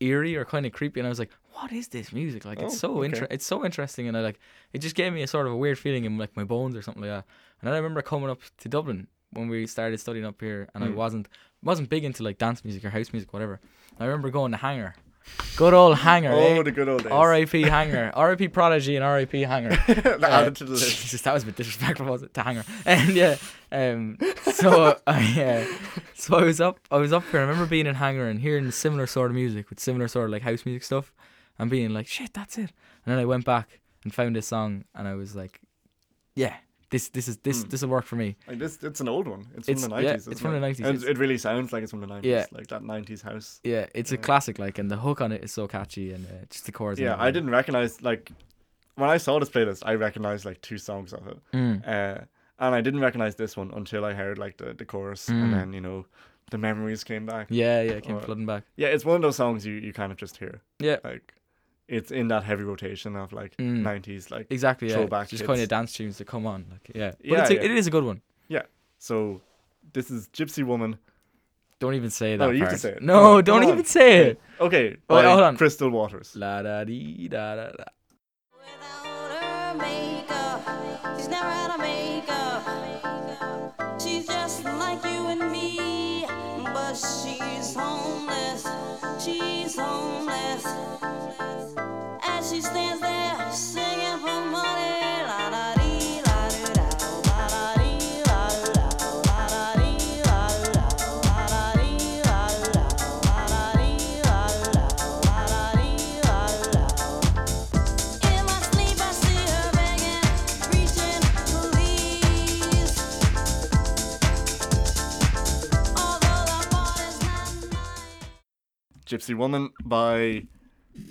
Speaker 2: eerie or kind of creepy. And I was like, what is this music? Like it's
Speaker 1: Oh,
Speaker 2: so
Speaker 1: okay.
Speaker 2: inter- it's so interesting, and I like it just gave me a sort of a weird feeling in like my bones or something like that. And then I remember coming up to Dublin when we started studying up here, and
Speaker 1: Mm.
Speaker 2: I wasn't wasn't big into like dance music or house music, whatever. And I remember going to Hanger, good old Hanger. eh?
Speaker 1: Oh, the good old days.
Speaker 2: R.I.P. Hanger, R.I.p. Prodigy, and R.I.p. Hanger.
Speaker 1: Added to the list.
Speaker 2: Uh, Jesus, that was a bit disrespectful, was it, to Hanger? And yeah, um, so I, uh, so I was up, I was up here. I remember being in Hanger and hearing similar sort of music with similar sort of like house music stuff, and being like, shit, that's it. And then I went back and found this song, and I was like, yeah, this, this is
Speaker 1: Hmm.
Speaker 2: this, this will work for me.
Speaker 1: Like this, it's an old one. It's,
Speaker 2: It's-
Speaker 1: from the
Speaker 2: yeah,
Speaker 1: nineties.
Speaker 2: it's from the 90s,
Speaker 1: And
Speaker 2: it's-
Speaker 1: it really sounds like it's from the nineties.
Speaker 2: Yeah.
Speaker 1: Like that nineties house.
Speaker 2: Yeah, it's a classic, like, and the hook on it is so catchy, and uh, just the chords. and
Speaker 1: Yeah, I
Speaker 2: everything.
Speaker 1: didn't recognize like when I saw this playlist, I recognized like two songs of it,
Speaker 2: Mm.
Speaker 1: uh, and I didn't recognize this one until I heard like the the chorus, and then you know the memories came back.
Speaker 2: Mm. Yeah, yeah, it came
Speaker 1: Or-
Speaker 2: flooding back.
Speaker 1: Yeah, it's one of those songs you you kind of just hear.
Speaker 2: Yeah,
Speaker 1: Like it's in that heavy rotation of like
Speaker 2: Mm.
Speaker 1: nineties, like
Speaker 2: exactly. Yeah,
Speaker 1: Throwback
Speaker 2: just
Speaker 1: hits.
Speaker 2: kind of dance tunes that come on, like, yeah. But
Speaker 1: Yeah,
Speaker 2: it's a,
Speaker 1: yeah.
Speaker 2: it is a good one.
Speaker 1: yeah. So this is Gypsy Woman.
Speaker 2: Don't even say that.
Speaker 1: No, you have to
Speaker 2: part.
Speaker 1: say it.
Speaker 2: No,
Speaker 1: Oh,
Speaker 2: don't
Speaker 1: come on.
Speaker 2: even say it.
Speaker 1: Okay,
Speaker 2: Oh, wait,
Speaker 1: by
Speaker 2: hold on.
Speaker 1: Crystal Waters.
Speaker 2: La da dee da da da.
Speaker 4: Without her makeup, she's never had a makeup. She's just like you and me, but she's homeless. She's homeless. And she stands there singing for money. La da dee, la doo da, la da dee, la doo da, la da dee, la doo da, la da dee, la doo da, la da dee, la doo da, la da dee, la doo da. In my sleep, I see her begging, preaching, please. Although the heart is not mine.
Speaker 1: Gypsy Woman by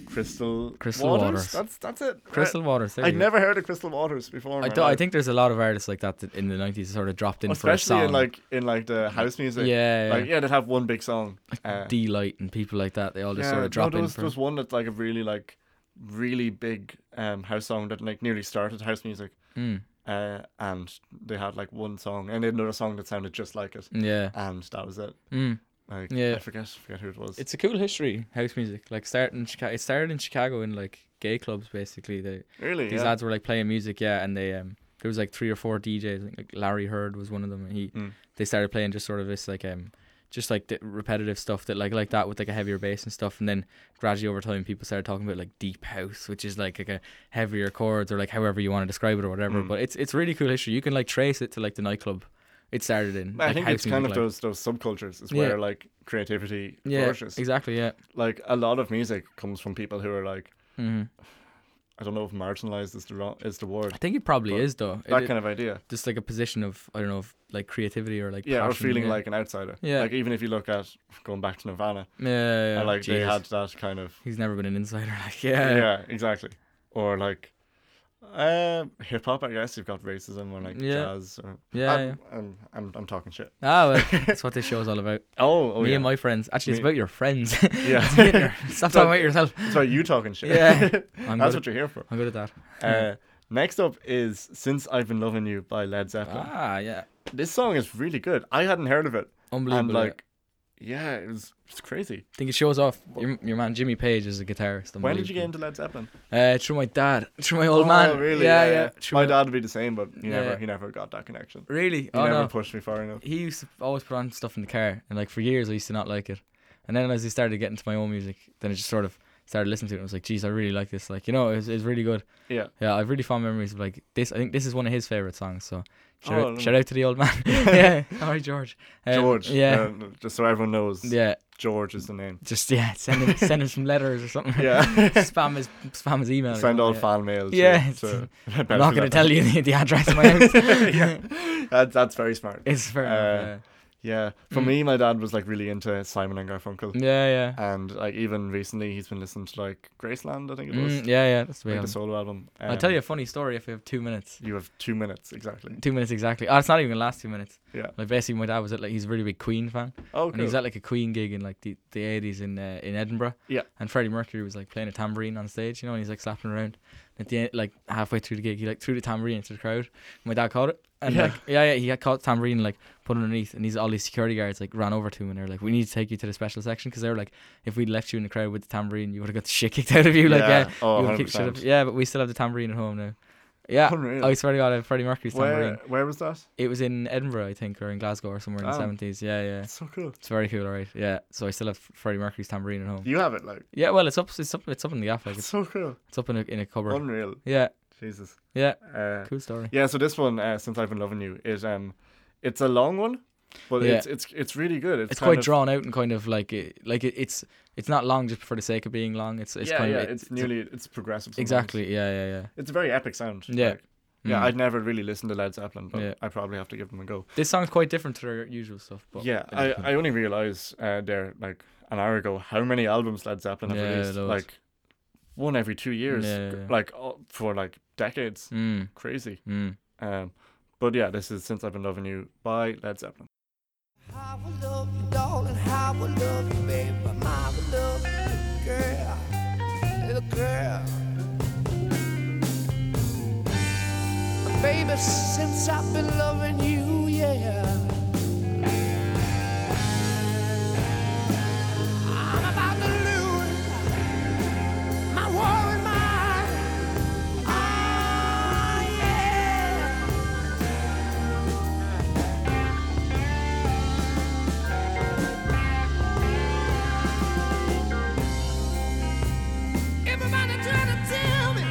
Speaker 1: Crystal
Speaker 2: Crystal Waters.
Speaker 1: That's that's it.
Speaker 2: Crystal Waters. there
Speaker 1: I'd
Speaker 2: you go.
Speaker 1: never heard of Crystal Waters before. in
Speaker 2: I,
Speaker 1: my
Speaker 2: don't- I
Speaker 1: life.
Speaker 2: think there's a lot of artists like that that in the 90s sort of dropped in for a
Speaker 1: especially
Speaker 2: song.
Speaker 1: in like in like the house music.
Speaker 2: Yeah, yeah.
Speaker 1: like yeah, they'd have one big song. Uh,
Speaker 2: D Light and people like that. They all just
Speaker 1: yeah,
Speaker 2: sort
Speaker 1: no,
Speaker 2: of drop
Speaker 1: there
Speaker 2: in
Speaker 1: was,
Speaker 2: for.
Speaker 1: there was one that's like a really like really big um house song that like nearly started house music.
Speaker 2: Mm.
Speaker 1: Uh, and they had like one song and they had another song that sounded just like it,
Speaker 2: Yeah.
Speaker 1: and that was it.
Speaker 2: Mm.
Speaker 1: Like
Speaker 2: Yeah.
Speaker 1: I forget forget who it was.
Speaker 2: It's a cool history, house music. Like starting in Chicago, it started in Chicago in like gay clubs basically. They
Speaker 1: really
Speaker 2: these
Speaker 1: yeah.
Speaker 2: lads were like playing music, yeah, and they um there was like three or four DJs, I think, like Larry Heard was one of them, and he
Speaker 1: Mm.
Speaker 2: they started playing just sort of this like um just like the repetitive stuff that like like that with like a heavier bass and stuff, and then gradually over time people started talking about like deep house, which is like like a heavier chords or like however you want to describe it or whatever.
Speaker 1: Mm.
Speaker 2: But it's it's really cool history. You can like trace it to like the nightclub it started in.
Speaker 1: I
Speaker 2: like,
Speaker 1: think
Speaker 2: house
Speaker 1: it's kind of
Speaker 2: music, like.
Speaker 1: those those subcultures is
Speaker 2: Yeah.
Speaker 1: where like creativity
Speaker 2: yeah
Speaker 1: flourishes.
Speaker 2: exactly yeah
Speaker 1: Like a lot of music comes from people who are like
Speaker 2: hmm
Speaker 1: I don't know if marginalized is the wrong, is the word.
Speaker 2: I think it probably
Speaker 1: But
Speaker 2: is though
Speaker 1: That kind of idea.
Speaker 2: just like a position of I don't know of like creativity or like
Speaker 1: Yeah, or
Speaker 2: passion,
Speaker 1: feeling
Speaker 2: yeah.
Speaker 1: like an outsider.
Speaker 2: Yeah. Oh,
Speaker 1: Like even if you look at going back to Nirvana,
Speaker 2: yeah, yeah, yeah.
Speaker 1: and like they
Speaker 2: Jesus.
Speaker 1: had that kind of
Speaker 2: He's never been an insider. Like, yeah. yeah.
Speaker 1: yeah, exactly. Or like uh, hip hop, I guess you've got racism or like
Speaker 2: Yeah.
Speaker 1: jazz. Or,
Speaker 2: Yeah,
Speaker 1: I'm, I'm, I'm I'm talking shit.
Speaker 2: Ah, well, that's what this show's all about.
Speaker 1: Oh, oh
Speaker 2: Me
Speaker 1: yeah.
Speaker 2: and my friends. Actually, it's
Speaker 1: Me-
Speaker 2: about your friends.
Speaker 1: Yeah.
Speaker 2: It's about your- Stop
Speaker 1: So-
Speaker 2: talking about yourself.
Speaker 1: Sorry, you talking shit.
Speaker 2: Yeah. I'm
Speaker 1: that's
Speaker 2: good
Speaker 1: what you're here for.
Speaker 2: I'm good at that.
Speaker 1: Uh, next up is "Since I've Been Loving You" by Led Zeppelin.
Speaker 2: Ah, yeah.
Speaker 1: This song is really good. I hadn't heard of it, and
Speaker 2: Unbelievable. yeah.
Speaker 1: like, yeah, it was it's crazy.
Speaker 2: I think it shows off. Your, your man Jimmy Page is a guitarist.
Speaker 1: When did you get
Speaker 2: unbelievable.
Speaker 1: into Led Zeppelin? Oh,
Speaker 2: Uh, through my dad. Through my old man.
Speaker 1: really?
Speaker 2: Yeah, yeah. Through
Speaker 1: My dad would be the same, but he
Speaker 2: Yeah.
Speaker 1: never he never got that connection. He
Speaker 2: Really? oh
Speaker 1: never
Speaker 2: no.
Speaker 1: pushed me far enough.
Speaker 2: he used to always put on stuff in the car, and like for years I used to not like it, and then as I started getting to my own music, then it just sort of started listening to it. and I was like, geez, I really like this. Like, you know, it's it's really good.
Speaker 1: Yeah.
Speaker 2: Yeah, I've really fond memories of like this. I think this is one of his favorite songs. So shout,
Speaker 1: Oh,
Speaker 2: out,
Speaker 1: lovely.
Speaker 2: shout out to the old man. yeah. All right, George. Um,
Speaker 1: George.
Speaker 2: Yeah.
Speaker 1: um, just so everyone knows,
Speaker 2: yeah.
Speaker 1: George is the name.
Speaker 2: Just yeah. Send him send him some letters or something.
Speaker 1: Yeah.
Speaker 2: spam his spam his email. or
Speaker 1: Send all
Speaker 2: something,
Speaker 1: fan
Speaker 2: yeah.
Speaker 1: mail. to-
Speaker 2: Yeah, uh,
Speaker 1: to-
Speaker 2: I'm not going to tell you the, the address of my house.
Speaker 1: yeah, Uh, that, that's very smart.
Speaker 2: It's Mm. fair. enough,
Speaker 1: Yeah, for me, my dad was like really into Simon and Garfunkel,
Speaker 2: yeah. Yeah. Yeah.
Speaker 1: and like even recently, he's been listening to like Graceland. I think it was
Speaker 2: Mm, yeah, yeah, that's the way
Speaker 1: like,
Speaker 2: I'm-
Speaker 1: the solo album.
Speaker 2: I'll tell
Speaker 1: Um,
Speaker 2: you a funny story if we have two minutes.
Speaker 1: You have two minutes exactly.
Speaker 2: Two minutes exactly. Oh, it's not even gonna last two minutes.
Speaker 1: Yeah.
Speaker 2: Like basically, my dad was at like he's a really big Queen fan,
Speaker 1: Oh,
Speaker 2: and he was at like a Queen gig in like the the eighties in uh, in Edinburgh.
Speaker 1: Yeah.
Speaker 2: And Freddie Mercury was like playing a tambourine on stage, you know, and he's like slapping around. At the end, like halfway through the gig, he like threw the tambourine into the crowd. My dad caught it, and
Speaker 1: Yeah.
Speaker 2: like yeah, yeah, he got caught the tambourine like put it underneath, and these all these security guards like ran over to him and they're like, "We need to take you to the special section," because they were like, "If we'd left you in the crowd with the tambourine, you would have got the shit kicked out of you." Like yeah,
Speaker 1: oh,
Speaker 2: you would kick shit up-
Speaker 1: 100%.
Speaker 2: yeah, but we still have the tambourine at home now. Yeah, Oh,
Speaker 1: Unreal.
Speaker 2: I swear to God, I have Freddie Mercury's tambourine.
Speaker 1: Where where was that?
Speaker 2: It was in Edinburgh, I think, or in Glasgow or somewhere in the
Speaker 1: Oh.
Speaker 2: seventies. Yeah, yeah,
Speaker 1: That's so cool.
Speaker 2: it's very cool, alright. Yeah, so I still have Freddie Mercury's tambourine at home.
Speaker 1: You have it like
Speaker 2: Yeah, well, it's up, it's up, it's up in the gaff, like
Speaker 1: it's
Speaker 2: it's,
Speaker 1: so cool.
Speaker 2: it's up in a, in a cupboard.
Speaker 1: Unreal.
Speaker 2: yeah,
Speaker 1: Jesus.
Speaker 2: yeah,
Speaker 1: Uh,
Speaker 2: cool story.
Speaker 1: Yeah, so this one, uh, since I've been loving you, is um, it's a long one, but
Speaker 2: Yeah.
Speaker 1: it's it's it's really good. It's,
Speaker 2: It's
Speaker 1: kind
Speaker 2: quite
Speaker 1: of,
Speaker 2: drawn out and kind of like it, like it, it's it's not long just for the sake of being long. It's it's
Speaker 1: yeah,
Speaker 2: kind
Speaker 1: yeah,
Speaker 2: of it-
Speaker 1: it's, nearly it's progressive. sometimes.
Speaker 2: exactly. Yeah, yeah, yeah.
Speaker 1: it's a very epic sound.
Speaker 2: Yeah.
Speaker 1: like. yeah.
Speaker 2: Mm.
Speaker 1: I'd never really listened to Led Zeppelin, but
Speaker 2: Yeah.
Speaker 1: I probably have to give them a go.
Speaker 2: This song's quite different to their usual stuff. But
Speaker 1: yeah,
Speaker 2: it is
Speaker 1: I,
Speaker 2: good.
Speaker 1: I only realized uh, there like an hour ago how many albums Led Zeppelin have
Speaker 2: Yeah,
Speaker 1: released.
Speaker 2: loads.
Speaker 1: Like one every two years,
Speaker 2: Yeah, yeah, yeah.
Speaker 1: like all, for like decades.
Speaker 2: Mm,
Speaker 1: Crazy.
Speaker 2: mm.
Speaker 1: Um, but yeah, this is since I've been loving you by Led Zeppelin.
Speaker 5: I will love you, darling. I will love you, baby. I will love you, girl. Little girl. Baby, since I've been loving you, yeah. I'm about to lose my war and mind. Ah, yeah. Everybody trying to tell me.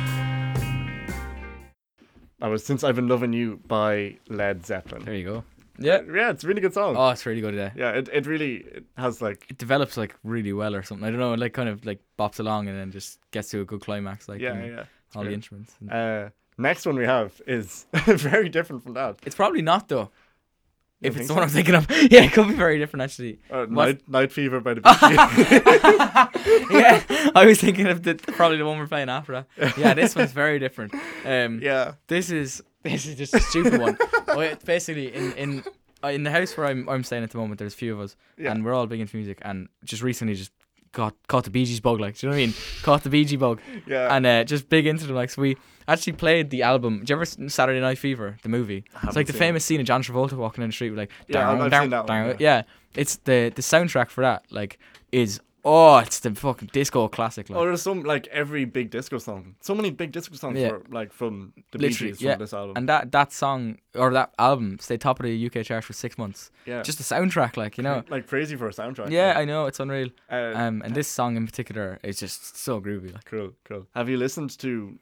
Speaker 1: That was Since I've Been Loving You by Led Zeppelin.
Speaker 2: There you go. Yeah.
Speaker 1: Yeah, it's a really good song.
Speaker 2: Oh, it's really good. Yeah.
Speaker 1: Yeah, it, it really it has like
Speaker 2: it develops like really well or something. I don't know, it like kind of like bops along and then just gets to a good climax, like
Speaker 1: yeah,
Speaker 2: and
Speaker 1: yeah.
Speaker 2: all the
Speaker 1: great.
Speaker 2: instruments. And-
Speaker 1: Uh, next one we have is very different from that.
Speaker 2: it's probably not though. If
Speaker 1: think
Speaker 2: it's the one I'm thinking of, yeah, it could be very different actually.
Speaker 1: Uh,
Speaker 2: What's-
Speaker 1: Night, Night Fever by the Beach.
Speaker 2: yeah, I was thinking of the probably the one we're playing after that. Yeah, this one's very different. Um,
Speaker 1: yeah.
Speaker 2: this is this is just a stupid one. Oh, yeah, basically, in in uh, in the house where I'm I'm staying at the moment, there's a few of us,
Speaker 1: Yeah.
Speaker 2: and we're all big into music. And just recently, just caught caught the Bee Gees bug, like, do you know what I mean? caught the Bee Gee bug,
Speaker 1: Yeah.
Speaker 2: and uh, just big into them. Like, so we actually played the album. Did you ever s- Saturday Night Fever, the movie? It's like the
Speaker 1: seen it.
Speaker 2: famous scene of John Travolta walking down the street with like,
Speaker 1: Yeah, I've- I've seen that one,
Speaker 2: yeah. it's the the soundtrack for that. Like, is oh, it's the fucking disco classic. Like,
Speaker 1: Or Oh, there's some like every big disco song. So many big disco songs
Speaker 2: Yeah.
Speaker 1: were like from the Bee
Speaker 2: Literally,
Speaker 1: Gees from
Speaker 2: yeah.
Speaker 1: this album.
Speaker 2: And that that song or that album stayed top of the UK chart for six months.
Speaker 1: Yeah.
Speaker 2: Just the soundtrack, like you know.
Speaker 1: like crazy for a soundtrack.
Speaker 2: uh, Yeah, I know it's unreal.
Speaker 1: Uh,
Speaker 2: Um, and this song in particular is just so groovy. Like
Speaker 1: cool, cool. Have you listened to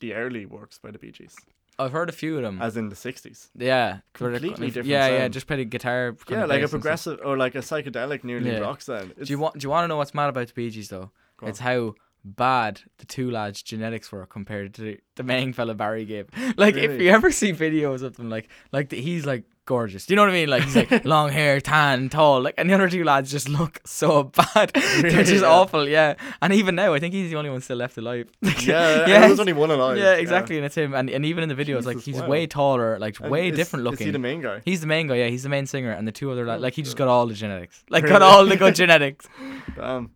Speaker 1: the early works by the Bee Gees?
Speaker 2: I've heard a few of them.
Speaker 1: As in the sixties.
Speaker 2: yeah, but they're
Speaker 1: completely
Speaker 2: kind of-
Speaker 1: different
Speaker 2: Yeah, yeah,
Speaker 1: sound.
Speaker 2: just played a guitar. kind
Speaker 1: Yeah,
Speaker 2: of
Speaker 1: like a
Speaker 2: bass and stuff.
Speaker 1: progressive or like a psychedelic nearly
Speaker 2: Yeah.
Speaker 1: rock sound. It's,
Speaker 2: Do you want Do you want to know what's mad about the Bee Gees though?
Speaker 1: on.
Speaker 2: It's how bad the two lads' genetics were compared to the, the main fella Barry Gibb. Like if
Speaker 1: Really?
Speaker 2: you ever see videos of them, like like the, he's like gorgeous. Do you know what I mean? Like he's like long hair, tan, tall. Like and the other two lads just look so bad. They're just
Speaker 1: Yeah.
Speaker 2: awful. Yeah. And even now, I think he's the only one still left alive.
Speaker 1: Yeah,
Speaker 2: yeah.
Speaker 1: yeah. There's only one alive.
Speaker 2: yeah, exactly, and it's him, and, and even in the videos, like
Speaker 1: Jesus,
Speaker 2: he's
Speaker 1: wow.
Speaker 2: way taller, like
Speaker 1: And
Speaker 2: way
Speaker 1: is-
Speaker 2: different
Speaker 1: Is he
Speaker 2: looking.
Speaker 1: the main guy?
Speaker 2: He's the main guy, yeah. He's the main singer, and the two other la-
Speaker 1: Oh,
Speaker 2: like he just
Speaker 1: sure.
Speaker 2: got all the genetics, like got
Speaker 1: Really?
Speaker 2: all the good genetics.
Speaker 1: Damn. Um,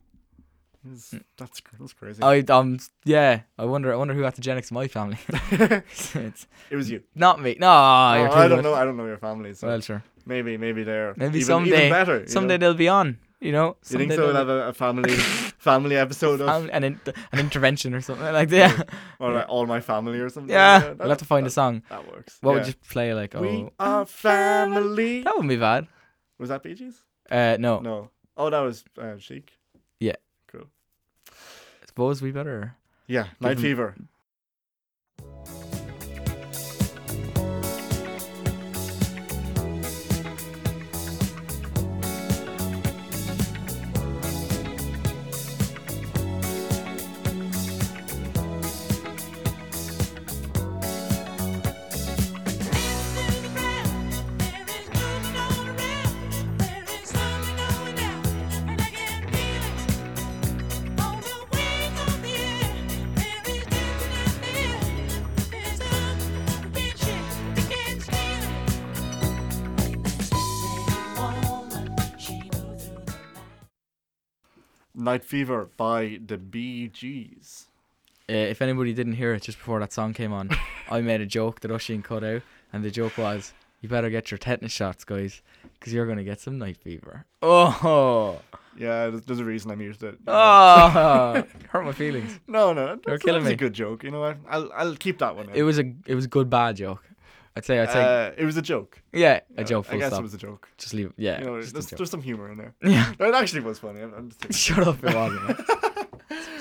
Speaker 2: Hmm.
Speaker 1: It's- That's, that's crazy.
Speaker 2: I um yeah, I wonder I wonder who had the genetics in my family. it's
Speaker 1: it was you.
Speaker 2: not me. No,
Speaker 1: Oh,
Speaker 2: you're too
Speaker 1: I don't
Speaker 2: good.
Speaker 1: know. I don't know your family. So
Speaker 2: Well, sure.
Speaker 1: maybe, maybe they're
Speaker 2: Maybe
Speaker 1: even,
Speaker 2: someday,
Speaker 1: even better. you
Speaker 2: someday
Speaker 1: know?
Speaker 2: they'll be on. You know,
Speaker 1: you think
Speaker 2: Someday
Speaker 1: so? We'll
Speaker 2: they'll
Speaker 1: have a, a family family episode
Speaker 2: be-
Speaker 1: of
Speaker 2: um, an in- an intervention or something like that. Yeah,
Speaker 1: or like all my family or something.
Speaker 2: yeah.
Speaker 1: like that.
Speaker 2: we'll have to find
Speaker 1: that,
Speaker 2: a song.
Speaker 1: That works.
Speaker 2: What
Speaker 1: Yeah.
Speaker 2: would you play? Like, oh,
Speaker 1: We are family.
Speaker 2: that wouldn't be bad.
Speaker 1: Was that Bee Gees?
Speaker 2: Uh, no,
Speaker 1: No. Oh, that was uh, Chic.
Speaker 2: Yeah.
Speaker 1: Cool.
Speaker 2: suppose we better.
Speaker 1: Yeah, Night
Speaker 2: him-
Speaker 1: Fever. Night Fever by the BGs.
Speaker 2: Uh, if anybody didn't hear it just before that song came on, I made a joke that Usheen cut out, and the joke was, "You better get your tetanus shots, guys, because you're gonna get some night fever." Oh,
Speaker 1: Yeah, there's, there's a reason I used it. you know.
Speaker 2: oh, hurt my feelings.
Speaker 1: No, no, that's, that's
Speaker 2: killing
Speaker 1: a
Speaker 2: me.
Speaker 1: good joke. You know, what? I'll I'll keep that one. In.
Speaker 2: It was a it was a good bad joke. I'd say I'd say
Speaker 1: uh, it was a joke.
Speaker 2: yeah, a
Speaker 1: Yeah,
Speaker 2: joke. Full
Speaker 1: I guess
Speaker 2: stop.
Speaker 1: it was a joke.
Speaker 2: just leave. it. Yeah,
Speaker 1: You know,
Speaker 2: just a
Speaker 1: there's,
Speaker 2: joke.
Speaker 1: there's some humor in there.
Speaker 2: yeah.
Speaker 1: No, it actually was funny. I'm, I'm just kidding.
Speaker 2: Shut up, it wasn't.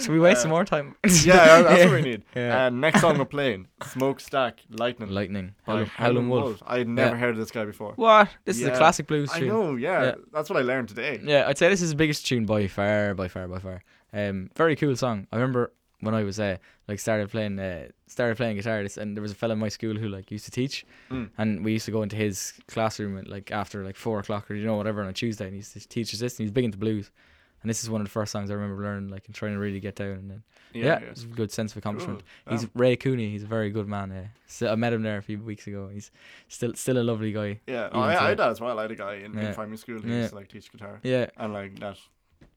Speaker 2: Should we waste some more time?
Speaker 1: Uh, yeah, that's what we need.
Speaker 2: Yeah.
Speaker 1: And next song we're playing, Smokestack Lightning.
Speaker 2: Lightning,
Speaker 1: by
Speaker 2: Howlin', Howlin' Wolf.
Speaker 1: I had never
Speaker 2: Yeah.
Speaker 1: heard of this guy before.
Speaker 2: What? This is
Speaker 1: Yeah.
Speaker 2: a classic blues
Speaker 1: I
Speaker 2: tune.
Speaker 1: know, yeah,
Speaker 2: Yeah.
Speaker 1: That's what I learned today.
Speaker 2: Yeah, I'd say this is the biggest tune by far, by far, by far. Um, very cool song. I remember when I was uh, like started playing uh, started playing guitar, this, and there was a fella in my school who like used to teach,
Speaker 1: Mm.
Speaker 2: and we used to go into his classroom at, like after like four o'clock or you know whatever on a Tuesday, and he used to teach us this, and he's big into blues, and this is one of the first songs I remember learning, like and trying to really get down, and then yeah, it's a good sense of accomplishment.
Speaker 1: Cool.
Speaker 2: He's
Speaker 1: Um,
Speaker 2: Ray Cooney. He's a very good man. Uh, so I met him there a few weeks ago. and He's still still a lovely guy.
Speaker 1: Yeah,
Speaker 2: even
Speaker 1: oh, I, I
Speaker 2: today.
Speaker 1: had that as well. I had a guy in,
Speaker 2: Yeah.
Speaker 1: in primary school who
Speaker 2: Yeah.
Speaker 1: used to like teach guitar,
Speaker 2: Yeah,
Speaker 1: and like that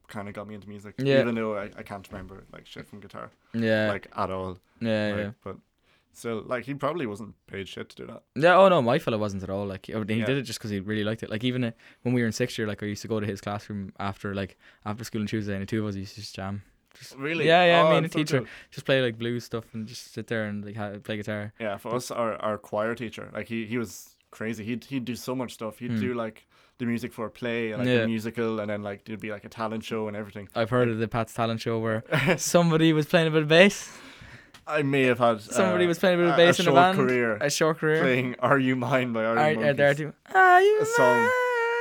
Speaker 1: kind of got me into music.
Speaker 2: Yeah.
Speaker 1: Even though I, I can't remember like shit from guitar,
Speaker 2: yeah,
Speaker 1: like at all.
Speaker 2: yeah,
Speaker 1: like,
Speaker 2: yeah.
Speaker 1: But still, like he probably wasn't paid shit to do that.
Speaker 2: Yeah, oh no, my fella wasn't at all. Like he he
Speaker 1: Yeah.
Speaker 2: did it just because he really liked it. Like even uh, when we were in sixth year, like I used to go to his classroom after like after school on Tuesday, and the two of us used to just jam. Just,
Speaker 1: Really?
Speaker 2: Yeah, yeah.
Speaker 1: Oh,
Speaker 2: me and the
Speaker 1: that's so
Speaker 2: teacher
Speaker 1: cool.
Speaker 2: just play like blues stuff and just sit there and like ha- play guitar.
Speaker 1: Yeah, for us, our, our choir teacher, like he, he was crazy. He'd he'd do so much stuff. He'd do like the music for a play, and, like
Speaker 2: Hmm. Yeah.
Speaker 1: a musical, and then like there'd be like a talent show and everything.
Speaker 2: I've heard of the Pat's Talent Show where
Speaker 1: Uh,
Speaker 2: somebody was playing a bit of bass.
Speaker 1: I may have had
Speaker 2: Somebody
Speaker 1: uh,
Speaker 2: was playing a bit of
Speaker 1: a-
Speaker 2: bass
Speaker 1: a
Speaker 2: in a
Speaker 1: short
Speaker 2: band.
Speaker 1: career
Speaker 2: A short career.
Speaker 1: playing "Are You Mine" by Arctic
Speaker 2: Are, are
Speaker 1: Monkeys.
Speaker 2: uh, there two- Are you
Speaker 1: A song.
Speaker 2: mad?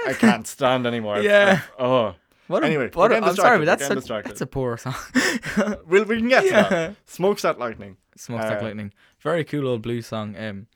Speaker 1: I can't stand anymore. I've-
Speaker 2: Yeah.
Speaker 1: I've- oh,
Speaker 2: What a,
Speaker 1: Anyway,
Speaker 2: what
Speaker 1: we're
Speaker 2: a,
Speaker 1: getting
Speaker 2: I'm
Speaker 1: distracted,
Speaker 2: sorry, but
Speaker 1: we're
Speaker 2: that's
Speaker 1: getting
Speaker 2: such,
Speaker 1: distracted.
Speaker 2: that's a poor song.
Speaker 1: we'll we can get to
Speaker 2: Yeah.
Speaker 1: that. Smokes that lightning.
Speaker 2: Smokestack
Speaker 1: Uh,
Speaker 2: Lightning. Very cool old blues song. Um,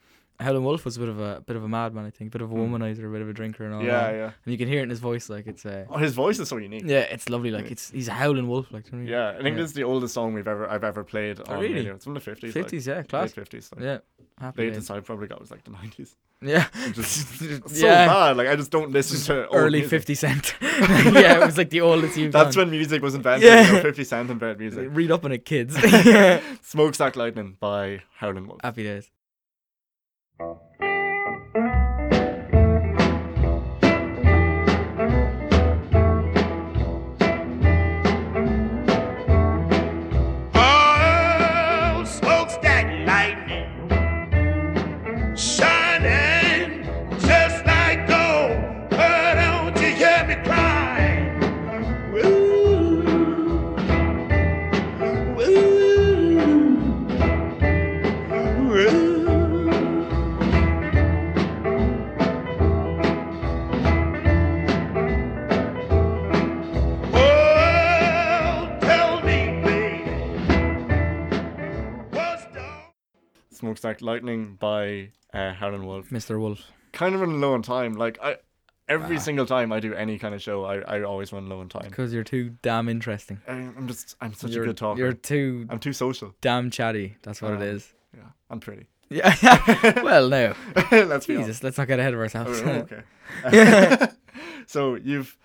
Speaker 2: Helen Wolf was a bit of a bit of a madman, I think, a bit of a womanizer, a bit of a drinker, and all
Speaker 1: Hmm. yeah,
Speaker 2: that.
Speaker 1: yeah.
Speaker 2: And you can hear it in his voice, like it's uh,
Speaker 1: Oh, his voice is so unique.
Speaker 2: yeah, it's lovely. Like it's he's a howling wolf, like do you know what
Speaker 1: Yeah, I think this is the oldest song we've ever I've ever played on
Speaker 2: Oh, really?
Speaker 1: radio. It's from the fifties.
Speaker 2: I mean? 50s, yeah,
Speaker 1: Like, late
Speaker 2: class,
Speaker 1: fifties. Like,
Speaker 2: yeah, happy days.
Speaker 1: Latest I probably got was like the nineties.
Speaker 2: yeah,
Speaker 1: Just so
Speaker 2: yeah,
Speaker 1: bad. Like I just don't listen to old
Speaker 2: early
Speaker 1: music.
Speaker 2: Fifty Cent. yeah, it was like the oldest you've
Speaker 1: That's
Speaker 2: gone.
Speaker 1: when music was invented. you know,
Speaker 2: Yeah.
Speaker 1: Fifty Cent invented music.
Speaker 2: read up on it, kids. yeah.
Speaker 1: Smokestack Lightning by Howlin' Wolf.
Speaker 2: Happy days.
Speaker 6: Oh, smokestack lightning shining just like gold. Oh, don't you hear me crying? Woo, woo, woo. Oh, tell me, baby, what's the
Speaker 1: Smokestack Lightning by uh, Howlin' Wolf.
Speaker 2: Mr. Wolf.
Speaker 1: Kind of running low on time. Like I,
Speaker 2: Ah.
Speaker 1: every single time I do any kind of show, I, I always run low on time.
Speaker 2: Because you're too damn interesting.
Speaker 1: I, I'm just I'm such
Speaker 2: you're,
Speaker 1: a good talker.
Speaker 2: You're too
Speaker 1: I'm too social.
Speaker 2: damn chatty. That's what
Speaker 1: Um,
Speaker 2: it is.
Speaker 1: Yeah, I'm pretty.
Speaker 2: Yeah. well, no.
Speaker 1: Let's be honest.
Speaker 2: Jesus, let's not get ahead of ourselves.
Speaker 1: Oh, okay. so you've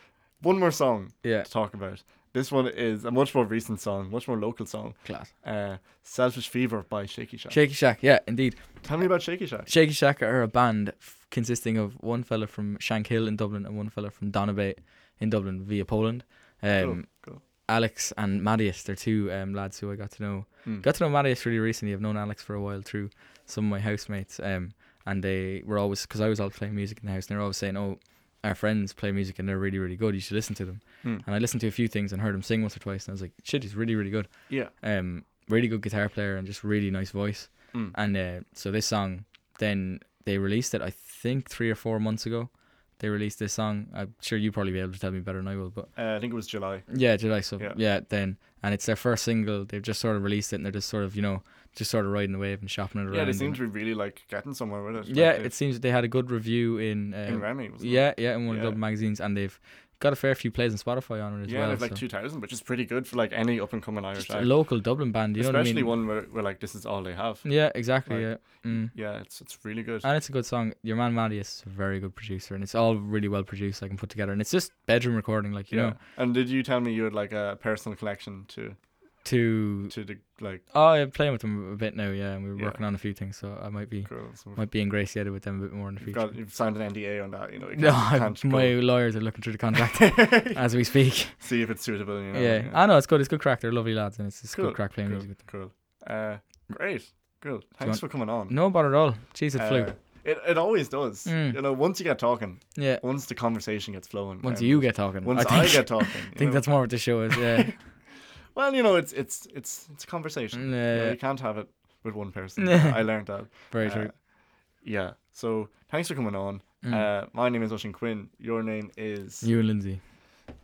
Speaker 1: one more song
Speaker 2: Yeah.
Speaker 1: to talk about. This one is a much more recent song, much more local song.
Speaker 2: Class.
Speaker 1: Uh, Selfish Fever by Shaky Shack.
Speaker 2: Shaky Shack, yeah, indeed.
Speaker 1: Tell me about Shaky Shack.
Speaker 2: Shaky Shack are a band f- consisting of one fella from Shankill in Dublin and one fella from Donabate in Dublin via Poland. Um,
Speaker 1: Cool, cool.
Speaker 2: Alex and Mattias, they're two um, lads who I got to know.
Speaker 1: Hmm.
Speaker 2: Got to know Mattias really recently. I've known Alex for a while through some of my housemates, um, and they were always because I was always playing music in the house, and they were always saying, "Oh, our friends play music and they're really really good. You should listen to them.
Speaker 1: Hmm.
Speaker 2: And I listened to a few things and heard him sing once or twice, and I was like, shit, he's really really good.
Speaker 1: Yeah.
Speaker 2: Um, really good guitar player and just really nice voice.
Speaker 1: Mm.
Speaker 2: And uh, so this song, then they released it. I think three or four months ago, they released this song. I'm sure you probably be able to tell me better than I will, but
Speaker 1: Uh, I think it was July.
Speaker 2: yeah, July. So yeah.
Speaker 1: Yeah.
Speaker 2: then and it's their first single. They've just sort of released it, and they're just sort of you know just sort of riding the wave and shopping it around.
Speaker 1: Yeah, they
Speaker 2: and-
Speaker 1: seem to be really like getting somewhere with it. Like,
Speaker 2: yeah,
Speaker 1: they-
Speaker 2: it seems that they had a good review in, uh,
Speaker 1: in Remy. Was it?
Speaker 2: yeah, yeah, in one
Speaker 1: Yeah.
Speaker 2: of the Dublin magazines, and they've got a fair few plays on Spotify on it as
Speaker 1: Yeah,
Speaker 2: well.
Speaker 1: they've like
Speaker 2: so.
Speaker 1: two thousand, which is pretty good for like any up and coming Irish
Speaker 2: Just a
Speaker 1: act.
Speaker 2: local Dublin band, you know what I
Speaker 1: especially
Speaker 2: mean?
Speaker 1: one where, where like this is all they have.
Speaker 2: yeah, exactly.
Speaker 1: like-
Speaker 2: yeah, mm.
Speaker 1: Yeah, it's it's really good.
Speaker 2: and it's a good song. Your man Matty is a very good producer, and it's all really well produced, like and put together, and it's just bedroom recording, like you
Speaker 1: yeah.
Speaker 2: know,
Speaker 1: And did you tell me you had like a personal connection to
Speaker 2: to.
Speaker 1: to the like
Speaker 2: Oh, I'm playing with them a bit now, yeah, and we were
Speaker 1: Yeah.
Speaker 2: working on a few things, so I might be
Speaker 1: girls? We've
Speaker 2: might be ingratiated with them a bit more in the future.
Speaker 1: got uh, you've signed an NDA on that, you know. You
Speaker 2: No,
Speaker 1: can't-
Speaker 2: I'm-
Speaker 1: can't
Speaker 2: my
Speaker 1: go
Speaker 2: lawyers are looking through the contract as we speak.
Speaker 1: see if it's suitable. You know.
Speaker 2: yeah. I know it's good. It's good crack. They're lovely lads, and it's, it's
Speaker 1: Oh, Cool,
Speaker 2: good crack playing
Speaker 1: cool,
Speaker 2: music with them.
Speaker 1: cool. Uh, great, cool. Thanks
Speaker 2: want-
Speaker 1: for coming on.
Speaker 2: No bother at all. Jeez, it flew.
Speaker 1: Uh, it it always does.
Speaker 2: Mm.
Speaker 1: You know, once you get talking,
Speaker 2: Yeah.
Speaker 1: once the conversation gets flowing.
Speaker 2: Once
Speaker 1: um,
Speaker 2: you get talking,
Speaker 1: once
Speaker 2: I,
Speaker 1: I,
Speaker 2: think,
Speaker 1: get talking,
Speaker 2: I
Speaker 1: you
Speaker 2: think
Speaker 1: know.
Speaker 2: that's more what the show is. Yeah.
Speaker 1: well, you know, it's it's it's it's a conversation. You, know,
Speaker 2: Mm, Yeah.
Speaker 1: you can't have it with one person.
Speaker 2: Yeah.
Speaker 1: I learned that.
Speaker 2: Very
Speaker 1: Uh,
Speaker 2: true. Mm.
Speaker 1: Yeah. So thanks for coming on. Uh, my name is Ocean Quinn. Your name is.
Speaker 2: You and Lindsay.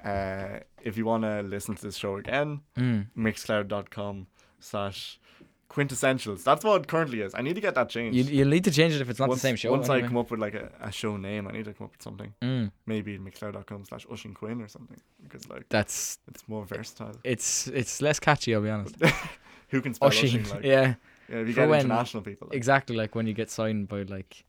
Speaker 1: Uh, if you want to listen to this show again,
Speaker 2: Mm.
Speaker 1: mixcloud.com slash quintessentials. That's what it currently is. I need to get that changed.
Speaker 2: You you need to change it if it's not
Speaker 1: once,
Speaker 2: the same show.
Speaker 1: Once I
Speaker 2: anyway.
Speaker 1: come up with like a, a show name, I need to come up with something.
Speaker 2: Mm.
Speaker 1: Maybe mixcloud.com slash Ocean Quinn or something. Because like
Speaker 2: That's
Speaker 1: it's more versatile.
Speaker 2: it's it's less catchy. I'll be honest.
Speaker 1: Who can spell Ocean?
Speaker 2: Oshin.
Speaker 1: like,
Speaker 2: yeah.
Speaker 1: yeah, if you
Speaker 2: For
Speaker 1: get
Speaker 2: when-
Speaker 1: international people. Like,
Speaker 2: Exactly. Like when you get signed by like,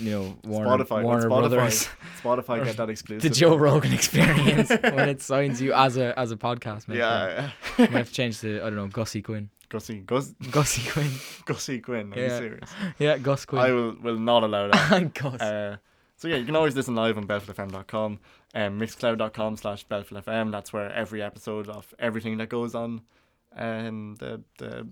Speaker 2: you know, Warner
Speaker 1: Spotify. when
Speaker 2: Warner
Speaker 1: Spotify,
Speaker 2: Brothers.
Speaker 1: Spotify get that
Speaker 2: The
Speaker 1: exclusive.
Speaker 2: Joe Rogan Experience when it signs you as a as a podcast. Mate.
Speaker 1: Yeah.
Speaker 2: You have to change to I don't know Gussie Quinn.
Speaker 1: Gussie, Gus,
Speaker 2: Gussie Quinn.
Speaker 1: Gussie Quinn. Are you
Speaker 2: Yeah.
Speaker 1: serious?
Speaker 2: Yeah, Gus Quinn.
Speaker 1: I will, will not allow that.
Speaker 2: and Gus.
Speaker 1: Uh, so yeah, you can always listen live on belfastfm.com, um, mixcloud.com slash belfastfm. That's where every episode of everything that goes on um, the, the,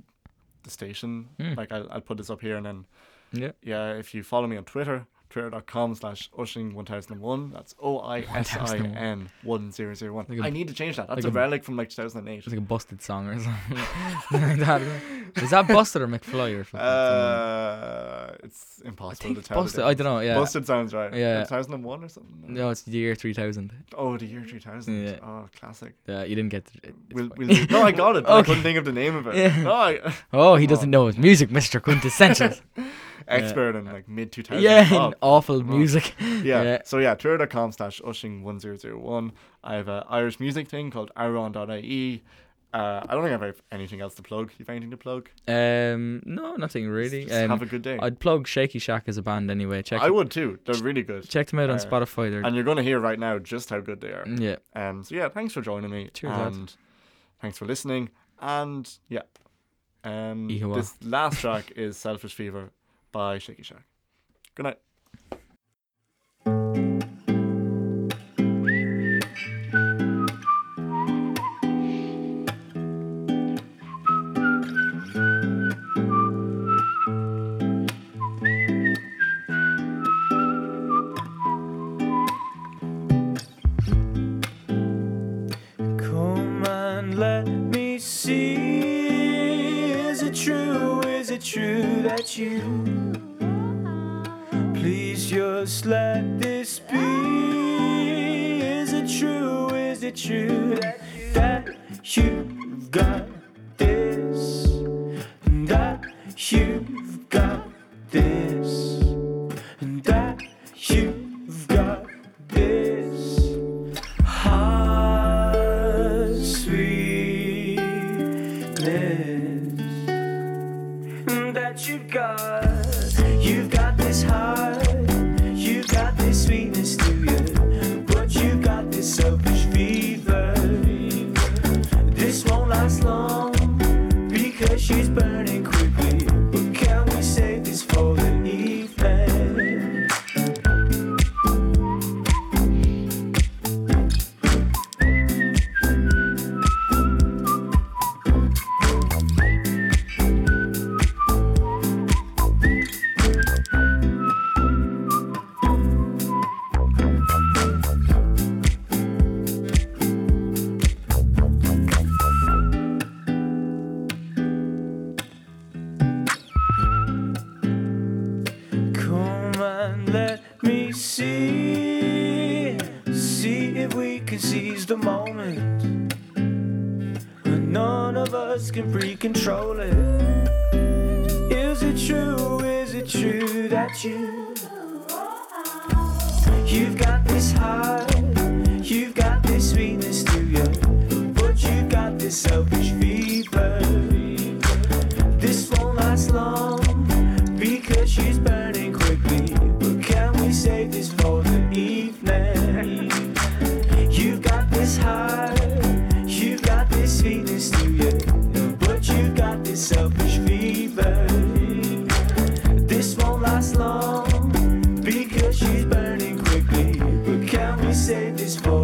Speaker 1: the station,
Speaker 2: Hmm.
Speaker 1: like I'll, I'll put this up here and then,
Speaker 2: yeah.
Speaker 1: yeah, if you follow me on Twitter, twitter.com slash ushing1001, that's O-I-S-I-N 1001.
Speaker 2: Like a-
Speaker 1: I need to change that. That's
Speaker 2: like
Speaker 1: a
Speaker 2: a-
Speaker 1: relic from like 2008.
Speaker 2: It's like a busted song or something like that. Is that Busted or McFly or something?
Speaker 1: Uh, it's
Speaker 2: I
Speaker 1: impossible
Speaker 2: think
Speaker 1: to
Speaker 2: it's
Speaker 1: tell. the
Speaker 2: Busted. I
Speaker 1: difference.
Speaker 2: don't know. Yeah.
Speaker 1: Busted sounds right.
Speaker 2: Yeah.
Speaker 1: 2001 or something.
Speaker 2: No, it's the year 3000.
Speaker 1: Oh, the year 2000.
Speaker 2: Yeah.
Speaker 1: Oh, classic.
Speaker 2: Yeah, you didn't get the, it- it's
Speaker 1: We'll,
Speaker 2: fine.
Speaker 1: we'll, no, I got it. but I
Speaker 2: Okay.
Speaker 1: couldn't think of the name of it.
Speaker 2: Yeah.
Speaker 1: No, I,
Speaker 2: Oh, he doesn't know his music, Mr. Quintessentials.
Speaker 1: expert in like mid 2000s.
Speaker 2: yeah,
Speaker 1: Oh,
Speaker 2: and awful
Speaker 1: on.
Speaker 2: music.
Speaker 1: yeah. So yeah, twitter.com slash ushing1001. I have a Irish music thing called iron.ie. Uh, I don't think I have anything else to plug. You have anything to plug?
Speaker 2: Um, no, nothing really.
Speaker 1: Just
Speaker 2: Um,
Speaker 1: have a good day.
Speaker 2: I'd plug Shaky Shack as a band anyway. Check
Speaker 1: I would too. They're really good.
Speaker 2: check them out on
Speaker 1: uh,
Speaker 2: Spotify. They're
Speaker 1: And you're going to hear right now just how good they are.
Speaker 2: Mm, yeah.
Speaker 1: Um, so yeah, thanks for joining me.
Speaker 2: Cheers, lads.
Speaker 1: and thanks for listening. And yeah, um,
Speaker 2: Ihawa.
Speaker 1: this last track is "Selfish Fever" by Shaky Shack. Good night.
Speaker 7: Come and let me see. Is it true? Is it true that you? Please just let this be. Is it true? Is it true that, that you've got this? And that you've got this? And that you've got this? heart sweetness that you've got. You've got this heart, you've got this sweetness to you, but you've got this selfish fever. This won't last long. see. See if we can seize the moment. None of us can pre control it. Is it true? Is it true that you? You've got this heart, you've got this sweetness to you, but you've got this selfish fever. This won't last long because she's burning quickly. But can we save this for the evening? You've got this heart, you've got this sweetness to you, but you've got this selfish fever. This won't last long because she's burning quickly. But can we save this for